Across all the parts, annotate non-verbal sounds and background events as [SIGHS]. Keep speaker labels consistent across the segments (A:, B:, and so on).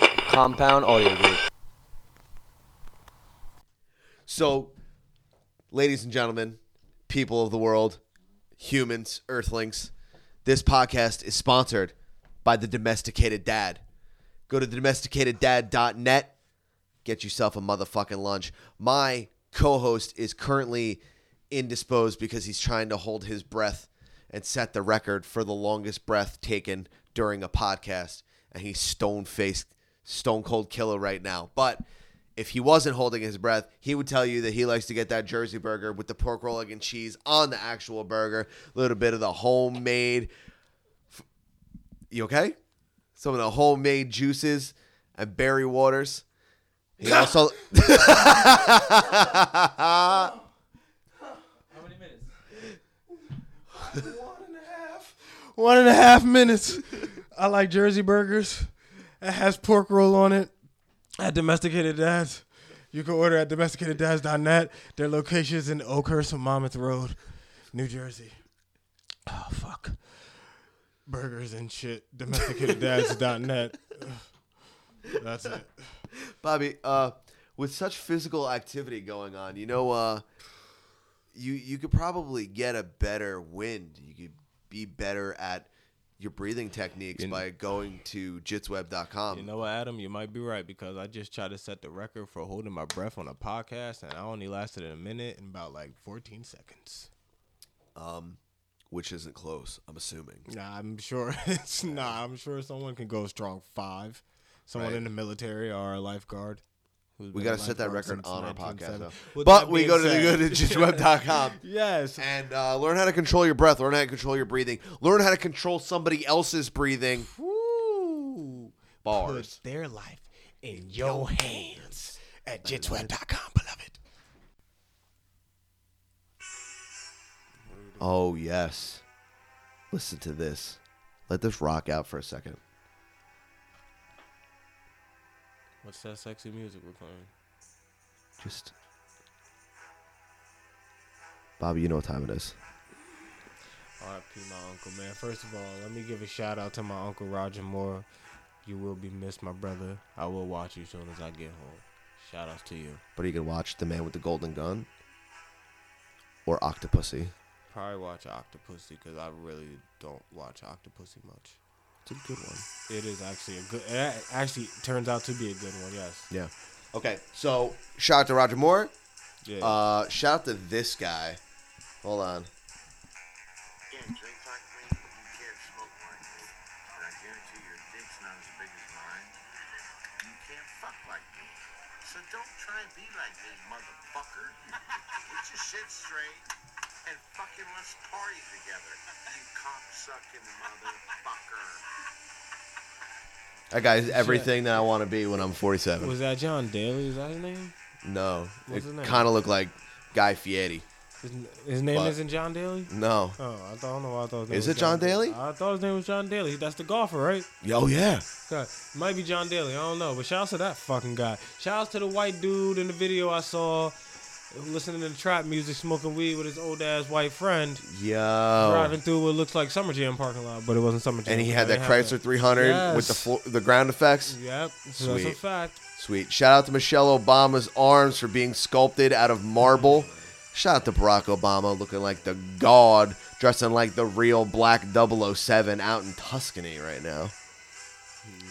A: Compound Audio Group.
B: So, ladies and gentlemen, people of the world, humans, earthlings, this podcast is sponsored by the Domesticated Dad. Go to thedomesticatedad.net, get yourself a motherfucking lunch. My co host is currently indisposed because he's trying to hold his breath and set the record for the longest breath taken during a podcast. And he's stone faced, stone cold killer right now. But if he wasn't holding his breath, he would tell you that he likes to get that Jersey burger with the pork roll, egg, and cheese on the actual burger. A little bit of the homemade. f- You okay? Some of the homemade juices and berry waters. He also.
C: One and a half minutes. I like Jersey burgers. It has pork roll on it. At Domesticated Dads. You can order at domesticateddads.net. Their location is in Oakhurst and Monmouth Road, New Jersey. Oh, fuck. Burgers and shit. Domesticateddads.net. That's it.
B: [LAUGHS] Bobby, uh, with such physical activity going on, you know, uh, you you could probably get a better wind. You could be better at your breathing techniques
D: You kn-
B: by going to jitsweb.com.
D: You know what, Adam? You might be right because I just tried to set the record for holding my breath on a podcast, and I only lasted a minute and about like 14 seconds.
B: which isn't close, I'm assuming.
D: Nah, I'm sure [LAUGHS] it's nah. I'm sure someone can go strong five. Someone
B: Right.
D: in the military or a lifeguard. who's
B: We
D: been
B: got
D: a
B: to set that
D: lifeguard
B: record
D: since
B: on our podcast,
D: 1970.
B: though.
D: With
B: But
D: that
B: we
D: being
B: go to the,
D: said-
B: go to jitsweb.com.
D: [LAUGHS] Yes.
B: And uh, learn how to control your breath. Learn how to control your breathing. Learn how to control somebody else's breathing.
D: Woo.
B: Bars.
D: Put their life in your hands at jitsweb.com, beloved.
B: Oh, yes. Listen to this. Let this rock out for a second.
D: What's that sexy music we're playing?
B: Just. Bobby, you know what time it is.
D: RIP my uncle, man. First of all, let me give a shout out to my uncle Roger Moore. You will be missed, my brother. I will watch you soon as I get home. Shout outs to you.
B: But you can watch The Man with the Golden Gun or Octopussy.
D: Probably watch Octopussy because I really don't watch Octopussy much.
B: It's a good one.
D: It is actually a good. It a- actually turns out to be a good one. Yes.
B: Yeah. Okay, so shout out to Roger Moore.
D: Yeah.
B: Uh, shout out to this guy. Hold on.
E: can't drink like me, you can't smoke like me, and I guarantee your dick's not as big as mine. You can't fuck like me. So don't try and be like me, motherfucker. Get your shit straight and fucking let's party together, you cocksucking motherfucker.
B: That guy's everything that I want to be when I'm 47.
D: was that John Daly? Is that his name?
B: no, it
D: What's his name?
B: kind of looked like Guy Fieri.
D: His, his name
B: What?
D: isn't John Daly.
B: No.
D: Oh, I, thought, I don't know why I thought. His name
B: Is
D: was
B: it John
D: Daly.
B: Daly?
D: I thought his name was John Daly. That's the golfer, right?
B: Oh yeah.
D: God, might be John Daly. I don't know. But shout out to that fucking guy. Shout out to the white dude in the video I saw listening to trap music, smoking weed with his old ass white friend,
B: Yo.
D: driving through what looks like Summer Jam parking lot, but it wasn't Summer Jam.
B: Oh. And he had
D: They
B: that
D: have
B: Chrysler 300 with the
D: Yes.
B: flo- the ground effects.
D: Yep. So that's a
B: Sweet.
D: fact.
B: Sweet. Shout out to Michelle Obama's arms for being sculpted out of marble. Shout out to Barack Obama looking like the god, dressing like the real black 007 out in Tuscany right now.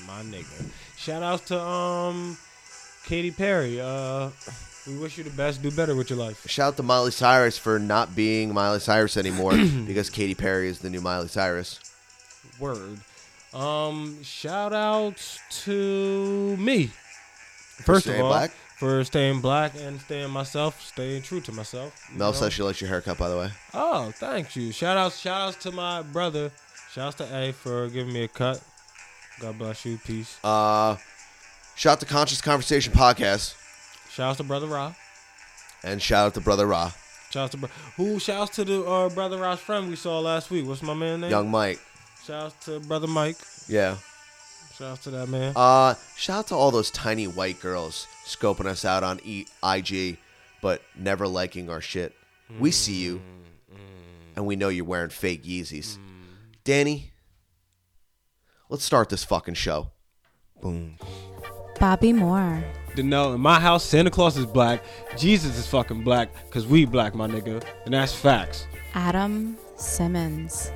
D: My nigga. Shout out to um Katy Perry. Uh we wish you the best. Do better with your life.
B: Shout out to Miley Cyrus for not being Miley Cyrus [CLEARS THROAT] anymore because Katy Perry is the new Miley Cyrus.
D: Word. Um, shout out to me. First of
B: staying
D: all,
B: black?
D: for staying black and staying myself, staying true to myself. you
B: Mel
D: know?
B: says she likes your haircut, by the way.
D: Oh, thank you. Shout out, shout outs to my brother. Shout outs to A for giving me a cut. God bless you. Peace.
B: Uh, shout out to Conscious Conversation Podcast
D: Shout outs to brother Ra.
B: and shout out to Brother Ra,
D: Shout outs to bro- who? Shout outs to the uh, brother Ra's friend we saw last week. What's my man name?
B: Young Mike.
D: Shout outs to brother Mike.
B: Yeah.
D: Shout outs to that man.
B: Uh, shout out to all those tiny white girls scoping us out on e- IG, but never liking our shit. We see you, and we know you're wearing fake Yeezys. Danny, let's start this fucking show.
D: Boom.
A: Bobby Moore.
D: To know in my house, Santa Claus is black. Jesus is fucking black, cause we black, my nigga, and that's facts.
A: Adam Simmons.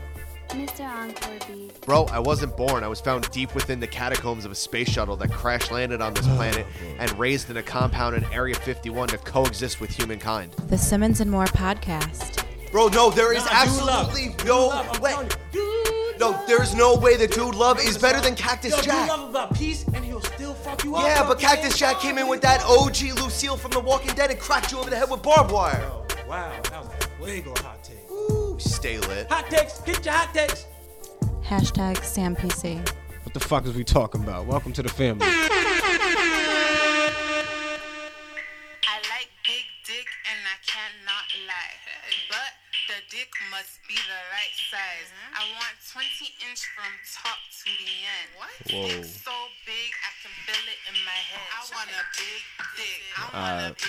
F: Mr. Encore Beat.
B: Bro, I wasn't born. I was found deep within the catacombs of a space shuttle that crash landed on this planet and raised in a compound in Area 51 to coexist with humankind.
A: The Simmons and More podcast.
B: Bro, no, there is absolutely no way. No, there is no way that Dude Love is better than Cactus Jack. yeah, but Cactus Jack came in with that OG Lucille from The Walking Dead and cracked you over the head with barbed wire.
D: Wow, that was a way go hot take.
B: Ooh, stay lit.
D: Hot takes, get your hot takes.
A: Hashtag Sam PC.
D: What the fuck is we talking about? Welcome to the family.
G: I like big dick and I cannot lie. But the dick must be the right size. I want 20 inch from top to the end. What? Dick so big I can feel it in my head. I want a big dick.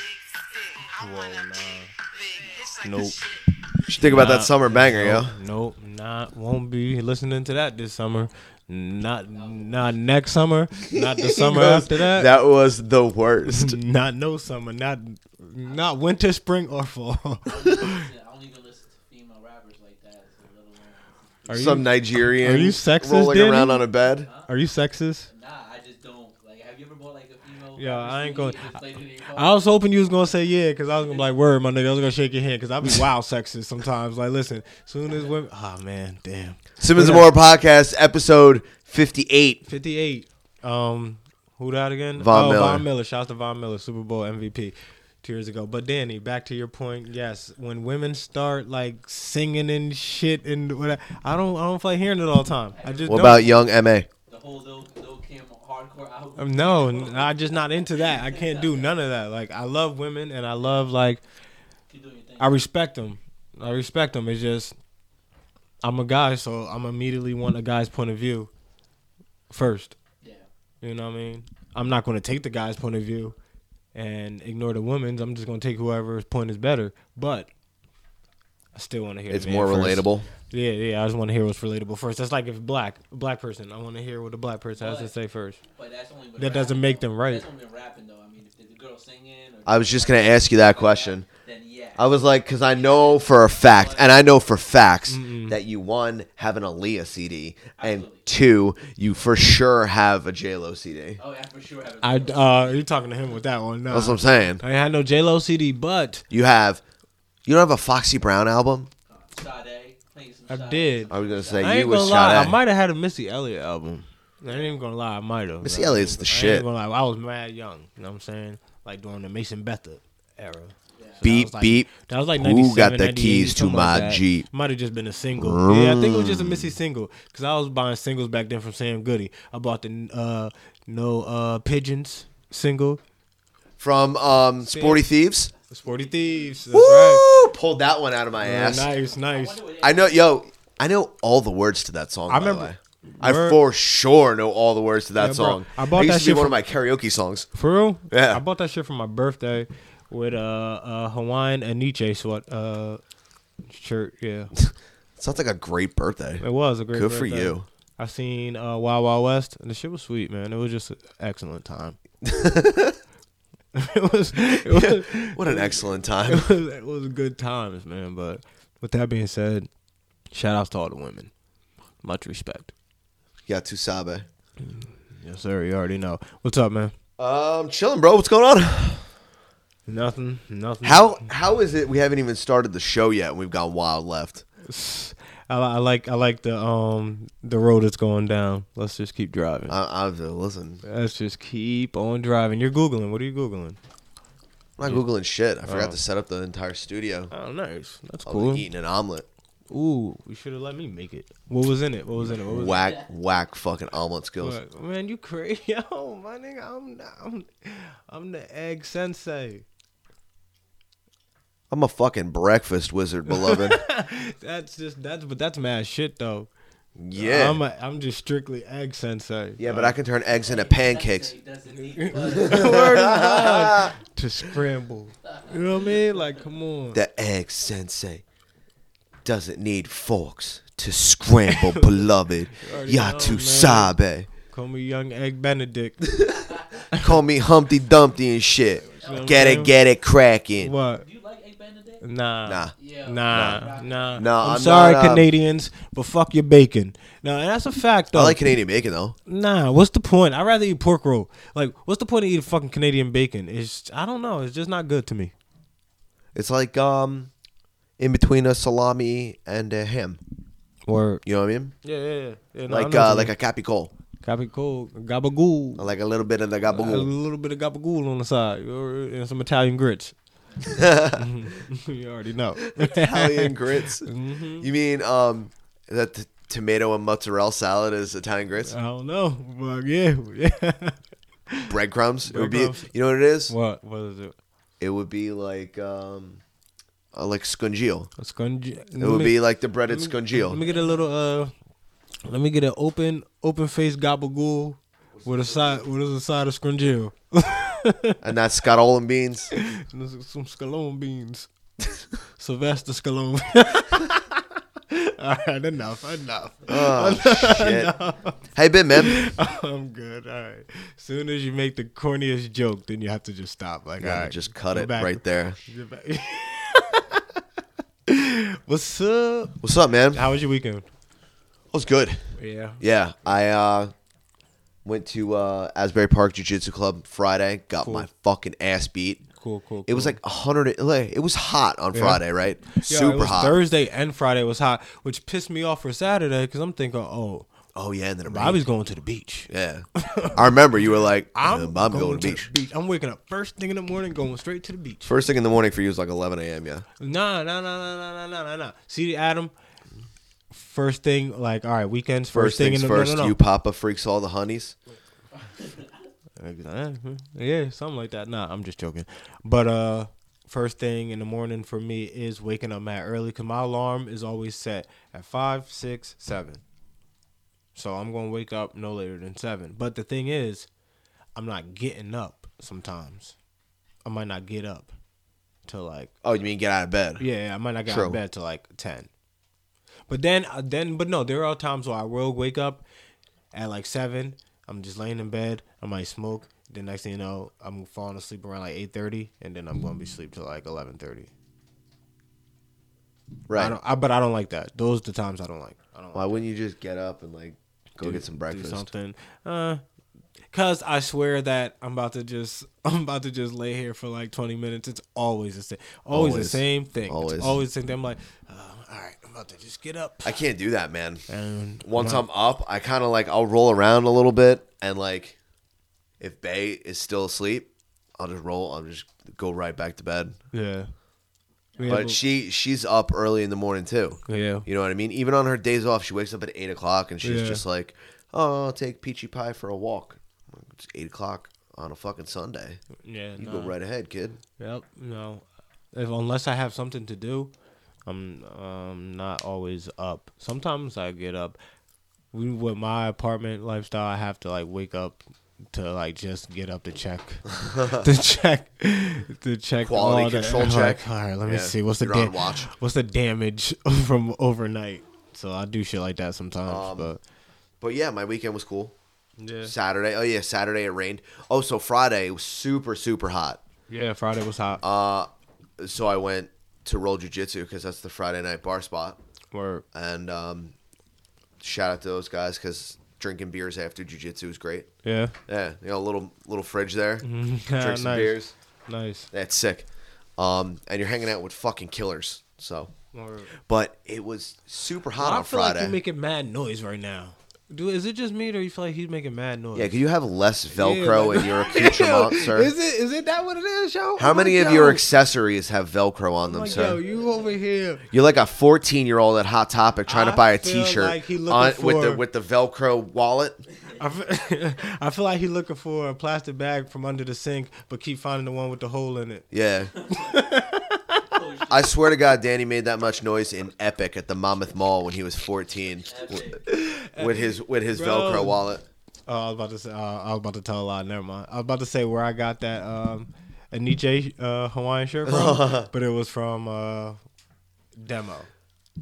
G: I want a big stick. I want a big, big. It's like
D: Nope.
G: a shit.
B: should think about that summer banger, yo.
D: Nope, not won't be listening to that this summer. Not not next summer.
B: [LAUGHS]
D: Not the summer after that.
B: That was the worst.
D: Not no summer. Not not winter, spring, or fall.
H: I
D: [LAUGHS]
H: only gonna listen to female rappers like that. So little one.
D: Are
B: Some
D: you
B: Nigerian
D: are you sexist,
B: rolling
D: Diddy?
B: around on a bed.
D: are you sexist?
H: Nah, I just don't. Like, have you ever bought like a female?
D: Yeah,
H: rapper
D: I
H: CD
D: ain't gonna-
H: and just played it in your car?
D: I was hoping you was gonna say yeah, cause I was gonna be like, word, my nigga, I was gonna shake your hand, cause I be wild sexist sometimes. Like, listen, soon as women, oh man, damn,
B: Simmons and More podcast, episode 58.
D: fifty eight. Um, who that again? Oh,
B: Von Miller.
D: Von Miller. Shouts to Von Miller, Super Bowl MVP two years ago. But Danny, back to your point. Yes, when women start like singing and shit and what, I don't, I don't feel like hearing it all the time. I just
B: What
D: don't.
B: about Young MA?
H: the whole little little Kim hardcore album.
D: Um, No, n- I'm just not into that. I can't do none of that. Like I love women and I love like
H: Keep doing your thing.
D: I respect them. I respect them. It's just I'm a guy, so I'm immediately want a guy's point of view first.
H: Yeah.
D: You know what I mean? I'm not going to take the guy's point of view and ignore the woman's. I'm just going to take whoever's point is better. But I still want to hear.
B: It's
D: the man
B: more
D: first.
B: relatable.
D: Yeah, yeah. I just want to hear what's relatable first. That's like if black black person. I want to hear what a black person has to
H: But-
D: say first.
H: But that's only been
D: That doesn't
H: rapping,
D: make
H: though.
D: them right.
H: That's only been rapping though. I mean, if the girl singing. Or
B: I was just going to ask you that question.
H: Then yeah.
B: I was like, because I know for a fact, and I know for facts that you one have an Aaliyah CD, and two you for sure have a J Lo CD.
H: oh, yeah, for sure. Have a
D: I uh, you're talking to him with that one. No,
B: That's what I'm saying.
D: I ain't had no J Lo CD, but
B: You have, you don't have a Foxy Brown album.
H: Sade, playing some
D: I
H: Sade.
D: did.
B: I was gonna say
D: I
B: you
D: ain't gonna
B: was
D: lie.
B: shot
D: I
B: at.
D: might have had a Missy Elliott album. I ain't even gonna lie. I might have.
B: Missy
D: I ain't
B: Elliott's the
D: gonna- I
B: shit.
D: ain't gonna lie. I was mad young. You know what I'm saying? Like during the Mason Bethel era. So that
B: Beep,
D: was like-
B: beep.
D: That was like
B: Who
D: 97,
B: got the
D: 98,
B: keys to
D: something like
B: my
D: that.
B: Jeep?
D: Might have just been a single. Yeah, I think it was just a Missy single because I was buying singles back then from Sam Goody. I bought the uh, No uh, Pigeons single,
B: From um, Sporty Thieves.
D: The Sporty Thieves. That's right. Oh,
B: Woo! Pulled that one out of my ass.
D: Nice, nice.
B: I know, yo. I know all the words to that song.
D: I
B: I remember.
D: remember-
B: I
D: Word.
B: for sure know all the words to that
D: Yeah, bro.
B: song.
D: I bought
B: it used
D: that
B: to be
D: shit
B: one of
D: from-
B: my karaoke songs.
D: For real?
B: Yeah.
D: I bought that shit for my birthday with a uh, uh, Hawaiian Aniche sweat uh, shirt. Yeah,
B: Sounds like a great birthday.
D: it was a great.
B: Good for
D: birthday.
B: you.
D: I seen uh, Wild Wild West, and the shit was sweet, man. It was just an excellent time.
B: [LAUGHS]
D: [LAUGHS] it was. It was.
B: [LAUGHS] What an excellent time.
D: It was, it was good times, man. But with that being said, shout outs to all the women. Much respect.
B: Yeah, Tusabe.
D: Yes, sir. You already know. What's up, man?
B: Um, chilling, bro. What's going on?
D: Nothing. Nothing.
B: How how is it we haven't even started the show yet and we've gone wild left?
D: I, li- I like I like the um the road that's going down. Let's just keep driving.
B: I, I've listen.
D: Let's just keep on driving. You're googling. What are you googling?
B: I'm not googling shit. I forgot
D: Oh.
B: to set up the entire studio.
D: Oh, nice. That's
B: I'll
D: cool.
B: be eating an omelet.
D: Ooh, you should have let me make it. What was in it? What was in it? What was
B: Whack whack fucking omelet
D: in
B: skills.
D: it? What? Man, you crazy? [LAUGHS] Yo, my nigga, I'm I'm I'm the egg sensei.
B: I'm a fucking breakfast wizard,
D: [LAUGHS]
B: beloved.
D: That's just that's but that's mad shit though.
B: [LAUGHS] yeah.
D: I'm a, I'm just strictly egg sensei.
B: yeah, but I can turn eggs into pancakes.
H: Sade doesn't need butter.
D: Word of God. to scramble. You know what I mean? Like, come on.
B: The egg sensei doesn't need forks to
D: [LAUGHS]
B: scramble, beloved.
D: already know,
B: Yatu Sabe.
D: Call me Young Egg Benedict.
B: Call me Humpty Dumpty and shit. Get it, get it, cracking. Nah,
D: What?
H: Do you like eight band a day?
D: Nah.
H: Yeah.
D: Nah, nah,
B: Nah,
D: I'm,
B: I'm
D: sorry,
B: not, uh,
D: Canadians, but fuck your bacon. No, and that's a fact though.
B: I like Canadian bacon though.
D: nah, what's the point? I'd rather eat pork roll. Like, what's the point of eating fucking Canadian bacon? It's I don't know. It's just not good to me.
B: It's like um, in between a salami and a ham.
D: Or
B: You know what I mean?
D: yeah, yeah, yeah.
B: like uh, like a capicola,
D: capicola, gabagool,
B: like a little bit of the
D: [LAUGHS] a
B: gabagool.
D: little bit of gabagool on the side, or, and some Italian grits. [LAUGHS] you already know.
B: [LAUGHS] Italian grits.
D: Mm-hmm.
B: You mean um, that t- tomato and mozzarella salad is Italian grits?
D: [LAUGHS] I don't know, but yeah, yeah.
B: breadcrumbs. It would be.
D: Breadcrumbs.
B: You know what it is?
D: what? What is it?
B: It would be like um, uh, like scungio.
D: It's going It
B: It would be like the breaded scungio.
D: Let me get a little uh let me get an open open face gabagool with a side with a side of scrungill.
B: and that's scotol and beans.
D: [LAUGHS] And this is some scalone beans. [LAUGHS] Sylvester [LAUGHS] Scalone. Alright, enough, enough. [LAUGHS]
B: Oh shit! How you been, man?
D: I'm good. Alright. Soon as you make the corniest joke, then you have to just stop. Like
B: Yeah,
D: alright,
B: just cut
D: go
B: it
D: back-
B: right there.
D: go back. [LAUGHS] What's up?
B: What's up, man? That
D: How was your weekend?
B: was good.
D: Yeah.
B: Yeah, I uh, went to uh, Asbury Park Jiu Jitsu Club Friday. Got my fucking ass beat.
D: Cool, cool.
B: It was
D: cool.
B: like a hundred. Like, it was hot on Friday, right?
D: Yeah, it
B: Super
D: was
B: hot.
D: Thursday and Friday was hot, which pissed me off for Saturday because I'm thinking, oh,
B: Oh yeah, and then it
D: Bobby's
B: rained.
D: going to the beach.
B: Yeah, I remember you were
D: [LAUGHS]
B: like, "I'm, going, to the beach."
D: I'm waking up first thing in the morning, going straight to the beach.
B: First thing in the morning for you was like 11 a.m. Yeah,
D: Nah, nah, nah, nah, nah, nah, nah, nah. See, Adam, first thing, like, all right, weekends,
B: first,
D: first, thing
B: things
D: in the
B: first.
D: no, no, no.
B: You Papa freaks all the honeys.
D: "Eh, hmm, Yeah, something like that. Nah, I'm just joking. But uh first thing in the morning for me is waking up mad early because my alarm is always set at five, six, seven. So I'm gonna wake up no later than seven. But the thing is, I'm not getting up sometimes. I might not get up till like
B: Oh, you mean get out of bed?
D: yeah, I might not get out
B: True.
D: of bed till like ten. But then, uh, then, but no, there are times where I will wake up at like seven. I'm just laying in bed. I might smoke. Then next thing you know, I'm falling asleep around like eight thirty, and then I'm gonna be asleep till like eleven thirty. I
B: Right.
D: don't, I, but I don't like that. Those are the times I don't like. I don't like
B: Why wouldn't you just get up and like go
D: do-
B: get some
D: do
B: breakfast?
D: something. Uh, Cause I swear that I'm about to just [LAUGHS] I'm about to just lay here for like 20 minutes. It's always the same, always, the
B: Always.
D: same thing. Always,
B: Always.
D: it's always the same. thing. I'm like, uh, all right, I'm about to just get up.
B: I can't do that, man.
D: And
B: Once I'm up, I kind of like I'll roll around a little bit and like if Bay is still asleep, I'll just roll. I'll just go right back to bed.
D: yeah, yeah,
B: But she she's up early in the morning too.
D: yeah,
B: You know what I mean? Even on her days off, she wakes up at eight o'clock and she's
D: Yeah.
B: just like, "Oh, I'll take Peachy Pie for a walk." I'm like, It's eight o'clock on a fucking Sunday.
D: yeah.
B: You
D: nah.
B: go right ahead, kid.
D: Yep. No, if, unless I have something to do, I'm um not always up. Sometimes I get up. We with my apartment lifestyle, I have to like wake up to like just get up to
B: [LAUGHS]
D: check, to check, to check
B: Quality
D: all the-
B: control
D: [LAUGHS] like,
B: check.
D: all right, let me
B: Yeah,
D: see what's the
B: you're on
D: dam-
B: watch.
D: what's the damage [LAUGHS] from overnight. So I do shit like that sometimes,
B: Um,
D: but
B: But yeah, my weekend was cool.
D: yeah,
B: Saturday, oh yeah, Saturday it rained. Oh, so Friday it was super super hot.
D: yeah. Friday was hot.
B: Uh, so I went to roll jujitsu because that's the Friday night bar spot.
D: Word.
B: And um, shout out to those guys because drinking beers after jujitsu is great.
D: yeah,
B: Yeah, you know, little little fridge there, drink some
D: Mm-hmm. [LAUGHS] nice.
B: beers.
D: nice.
B: That's sick. Um, and you're hanging out with fucking killers. So,
D: Word.
B: but it was super hot
D: I
B: on
D: feel
B: Friday.
D: like you're making mad noise right now. Do is it just me or you feel like he's making mad noise?
B: yeah, could you have less
D: Yeah,
B: Velcro
D: like-
B: in
D: [LAUGHS]
B: your accoutrement,
D: Yo,
B: sir?
D: Is it is it that what it is, yo?
B: How
D: I'm
B: many
D: like,
B: of
D: yo,
B: your accessories have Velcro on them,
D: I'm like,
B: sir?
D: yo, you over here?
B: You're like a 14 year old at Hot Topic trying to
D: I
B: buy a
D: feel
B: T-shirt
D: like he looking
B: on, with the
D: for-
B: with the Velcro wallet.
D: I feel, [LAUGHS] I feel like he looking for a plastic bag from under the sink, but keep finding the one with the hole in it.
B: Yeah. I swear to God, Danny made that much noise in Epic at the Monmouth Mall when he was 14 with his with his
D: Bro.
B: Velcro wallet.
D: Oh, I was about to say, uh, I was about to tell a lie. Never mind. I was about to say where I got that um, Aniche uh, Hawaiian shirt from,
B: [LAUGHS]
D: but it was from uh, Demo.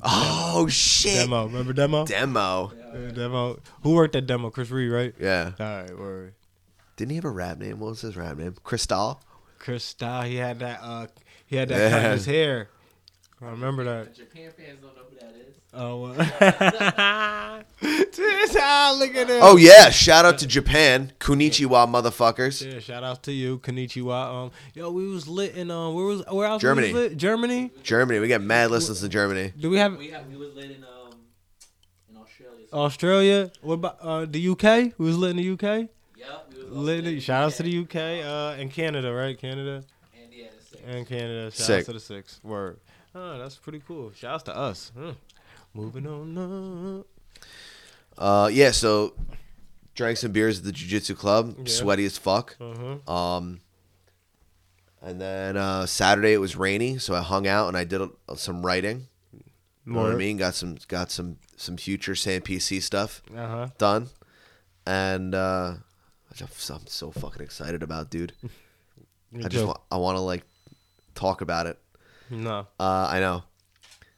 B: Oh shit! Demo.
D: Demo, remember Demo?
B: Demo.
D: Uh, Demo. Who worked at Demo? Chris Reed, right?
B: Yeah.
D: All right, word.
B: Didn't he have a rap name? What was his rap name? Cristal?
D: Chris Style, he had that uh he had that cut in his hair. I remember that.
H: Japan fans don't know who that is.
D: Oh, uh, Tis- ah, look at him.
B: Oh, yeah. Shout out to Japan. Kunichiwa, motherfuckers.
D: Yeah, shout out to you, Konnichiwa. Um, yo, we was lit in um, where was where else?
B: Germany.
D: We was lit? Germany.
B: Germany. We got mad listeners in Germany.
D: Do we have
H: We have we was lit in um in Australia. So,
D: Australia? What about uh, the UK? We was lit in the UK.
H: yeah, we was all
D: Lit.
H: in
D: Shout out to
H: UK.
D: the UK uh, and Canada, right? Canada
H: And yeah, that's it.
D: and Canada. Shout
B: Sick.
D: out to the six. Word. Oh, that's pretty cool. Shout out to us. Hmm. Moving on up.
B: Uh, yeah, so drank some beers at the Jiu Jitsu Club. Sweaty as fuck.
D: Uh-huh.
B: Um, and then uh, Saturday it was rainy, so I hung out and I did a, some writing. You know what I
D: Word.
B: mean? Got some got some some future Sam PC stuff
D: Uh huh.
B: done, and uh, I just, I'm so fucking excited about, dude. I just want, I want to like talk about it.
D: no.
B: Uh, I know.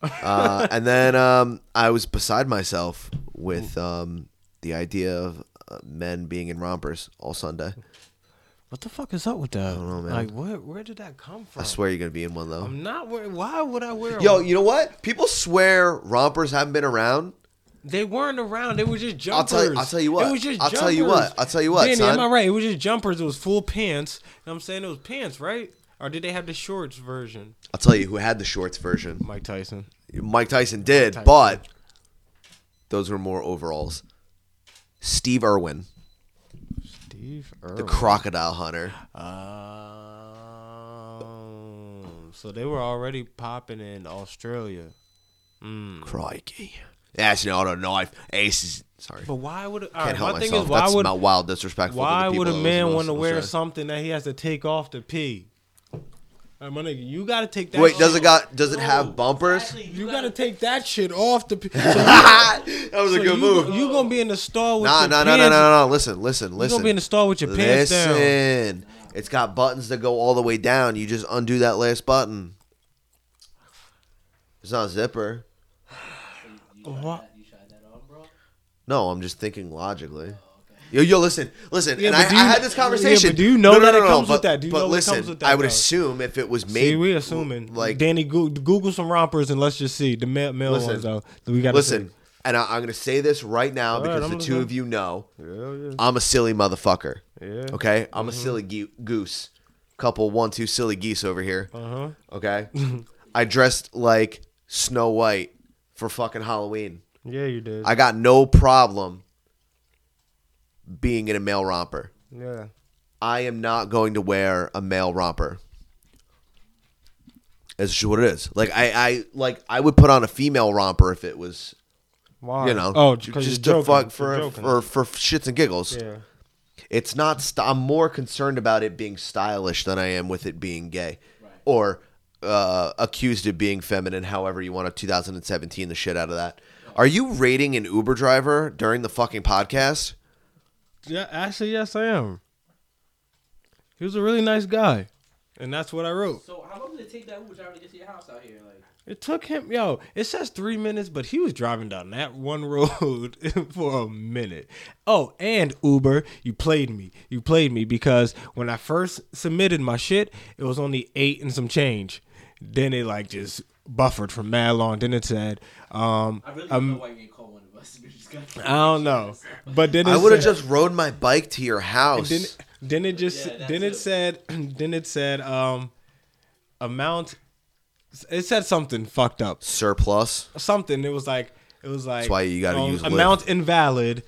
B: Uh, and then um, I was beside myself with um, the idea of uh, men being in rompers all Sunday.
D: What the fuck is up with that? I
B: don't know, man.
D: Like, where where did that come from?
B: I swear you're gonna be in one though.
D: I'm not wearing. Why would I wear? a-
B: Yo, you know what? People swear rompers haven't been around.
D: they weren't around. They were just
B: I'll
D: jumpers.
B: tell you- I'll tell you what.
D: It was just
B: I'll
D: jumpers.
B: tell you what. I'll tell you what,
D: Danny,
B: son.
D: am I right? It was just jumpers. It was full pants. And I'm saying it was pants, right? Or did they have the shorts version?
B: I'll tell you who had the shorts version.
D: Mike Tyson.
B: Mike Tyson did,
D: Tyson.
B: but those were more overalls. Steve Irwin,
D: Steve Irwin.
B: the crocodile hunter.
D: Um, so they were already popping in Australia.
B: Crikey. Ashton auto knife. Aces. Sorry.
D: But why would? All right,
B: Can't help
D: my thing
B: myself.
D: is, why
B: That's
D: would
B: not wild disrespectful.
D: why
B: to the
D: would a
B: people
D: man
B: want to
D: wear something that he has to take off to pee? All right, my nigga, you gotta take that.
B: Wait,
D: shit
B: does it got does it have bumpers?
H: Actually,
D: You gotta take that shit off the. P- so you-
B: [LAUGHS] that was a
D: so
B: good
D: you,
B: move.
D: You gonna be in the store with
B: Nah,
D: your
B: nah, nah,
D: pants?
B: nah, nah, nah. Listen, listen,
D: You
B: listen.
D: gonna be in the store with your pants down?
B: Listen, it's got buttons that go all the way down. You just undo that last button. It's not a zipper.
D: What?
B: No, I'm just thinking logically. Yo, yo, listen, listen.
D: Yeah,
B: and
D: but
B: I,
D: do
B: I
D: you-
B: had this
D: yeah, but
B: conversation.
D: do you know that it comes with that? Do you
B: but
D: know it
B: listen,
D: comes with
B: I
D: that,
B: would
D: though?
B: assume if it was made,
D: See, we assuming.
B: like
D: Danny, Goo- Google some rompers and let's just see the male, male
B: Listen.
D: ones though. that We gotta
B: Listen, and I, I'm going to say this right now
D: right,
B: because
D: I'm
B: the two
D: listening.
B: of you know
D: see.
B: I'm a silly motherfucker.
D: Yeah. Mm-hmm.
B: Okay, I'm a silly ge- goose. Couple one two silly geese over here.
D: Uh huh. [LAUGHS]
B: Okay, I dressed like Snow White for fucking Halloween.
D: Yeah, you did.
B: I got no problem being in a male romper.
D: yeah.
B: I am not going to wear a male romper. That's just what it is. Like I, I like I would put on a female romper if it was
D: Why?
B: you know
D: Oh,
B: j-
D: 'cause
B: just to
D: you're joking.
B: fuck
D: You're
B: for,
D: joking.
B: for for shits and giggles.
D: Yeah.
B: It's not. St- I'm more concerned about it being stylish than I am with it being gay, or uh, accused of being feminine. However, you want to 2017 the shit out of that. Are you rating an Uber driver during the fucking podcast?
D: Yeah. Actually, yes, I am. He was a really nice guy, and that's what I wrote.
H: So how long did it take that Uber driver to get to your house out here? Like,
D: It took him, yo, it says three minutes, but he was driving down that one [LAUGHS] road for a minute. Oh, and Uber, you played me. You played me because when I first submitted my shit, it was only eight and some change. Then it like just buffered for mad long. Then it said, um,
H: I really don't know
D: um,
H: why you didn't call one of us. [LAUGHS] You just got-
D: I don't know. But then it
B: I would have
D: said-
B: just rode my bike to your house.
D: then, then it just
H: Yeah, that's
D: then it
H: it.
D: said [CLEARS THROAT] then it said um amount it said something fucked up
B: Surplus.
D: something it was like it was like um,
B: why you gotta use Lyft.
D: amount invalid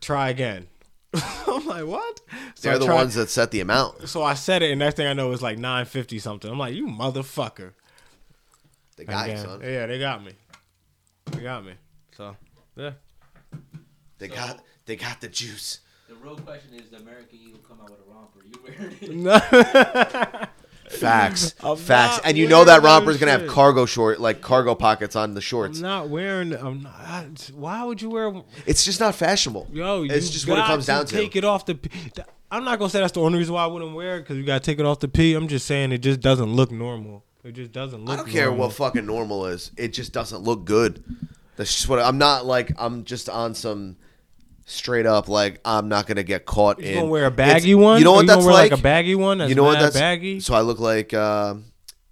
D: try again [LAUGHS] i'm like what so
B: They're
D: I
B: the
D: tried-
B: ones that set the amount.
D: so i said it and next thing i know it was like 950 something i'm like you motherfucker
B: The guy,
D: Again.
B: son.
D: yeah they got me they got me so
B: [LAUGHS]
D: yeah
B: They got they got the juice.
H: The real question is, the American Eagle come out with a romper. You wearing
B: Mm.
H: it?
B: Facts,
D: I'm
B: facts,
D: not
B: and you know that
D: wearing no
B: romper's gonna have
D: shit.
B: cargo short, like cargo pockets on the shorts.
D: i'm not wearing i'm not I- why would you wear
B: It's just not fashionable.
D: Yo,
B: it's
D: you
B: just what it
D: got
B: comes down to.
D: Take it off the. p- th- I'm not gonna say that's the only reason why I wouldn't wear it because you gotta take it off the P. I'm just saying it just doesn't look normal. It just doesn't look.
B: I don't care what fucking normal is. It just doesn't look good. That's just what I'm not like. I'm just on some straight up like I'm not gonna get caught
D: You
B: in.
D: gonna wear a
B: It's-
D: baggy one?
B: You know
D: Or
B: what
D: you gonna
B: that's
D: wear,
B: like?
D: like, a baggy one that's
B: you know what
D: mad
B: that's
D: baggy?
B: So I look like um,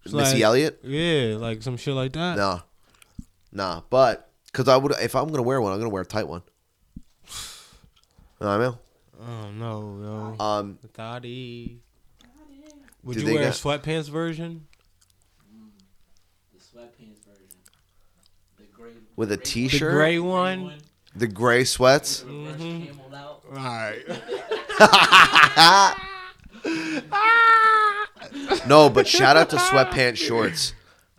B: Missy
D: like- [LAUGHS]
B: Elliott.
D: Yeah, like some shit like that.
B: Nah, nah. But because I would, if I'm gonna wear one, I'm gonna wear a tight one. Know what I mean,
D: Oh no, yo.
B: um,
D: Thotty. Would
B: Do
D: you
B: they
D: wear a
B: got-
D: sweatpants version?
H: The sweatpants version. The gray.
B: with a
H: gray-
D: The
B: t-shirt, the gray,
D: gray one? Mm-hmm.
B: sweats.
D: [LAUGHS]
H: Reverse camel out.
D: Alright.
B: No, but shout out to sweatpants shorts.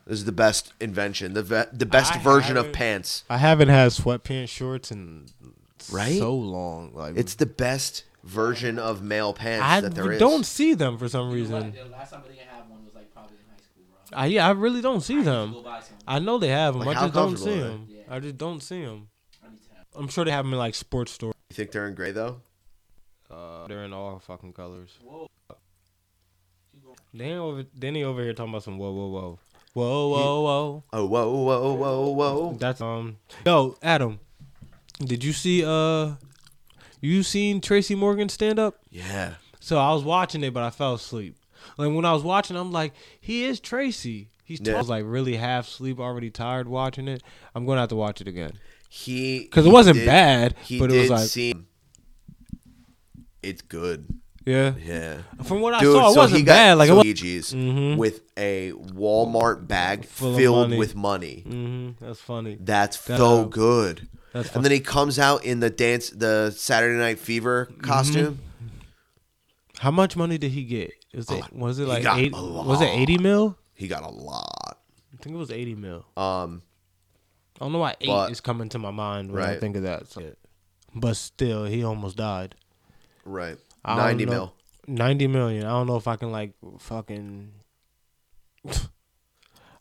B: This is the best invention, the ve- the best
D: I
B: version of
D: haven't-
B: pants.
D: I haven't had sweatpants shorts in
B: Right?
D: so long. Like
B: It's the best version of male pants
D: I
B: that there
D: w-
B: is.
D: don't see them for some
H: You know what?
D: reason.
H: The last time I think I had one was like probably in high school, bro.
D: I yeah, I really don't see
H: I go
D: them.
H: buy some.
D: I know they have them.
B: Like,
D: I
B: how
D: just don't see
B: comfortable are
D: them. I just don't see them.
H: I need to have.
D: I'm sure they have them in like sports stores.
B: You think they're in gray though?
D: Uh, they're in all fucking colors.
H: Whoa.
D: Danny over, Danny over here talking about some whoa, whoa, whoa, whoa, whoa, whoa.
B: Oh whoa whoa whoa whoa!
D: That's um. Yo, Adam, did you see uh, you seen Tracy Morgan stand up?
B: Yeah,
D: So I was watching it, but I fell asleep. Like when I was watching, I'm like, he is Tracy. He's tall.
B: Yeah.
D: I was like really half asleep, already tired watching it. I'm gonna have to watch it again.
B: he
D: 'Cause it
B: he
D: wasn't bad,
B: He
D: but it
B: did
D: was like-
B: seem- it's good.
D: Yeah.
B: Yeah,
D: From what I saw, it wasn't bad. Like it
B: so
D: was.
B: he E G's with a Walmart bag
D: Full of
B: filled
D: money.
B: with money.
D: hmm That's funny.
B: That's
D: That,
B: so
D: uh,
B: good.
D: that's
B: and
D: fun-
B: then he comes out in the dance, the Saturday Night Fever
D: Mm-hmm.
B: costume.
D: How much money did he get? Was it,
B: lot.
D: was it
B: Oh, He
D: like
B: got
D: eight?
B: a
D: Was it
B: lot.
D: eighty mil?
B: He got a lot.
D: I think it was eighty mil.
B: Um,
D: I don't know why eight
B: But-
D: is coming to my mind when I
B: Right.
D: think of that. So. But still, he almost died.
B: right,
D: I don't
B: ninety
D: know-
B: mil.
D: Ninety million. I don't know if I can like fucking. I
B: a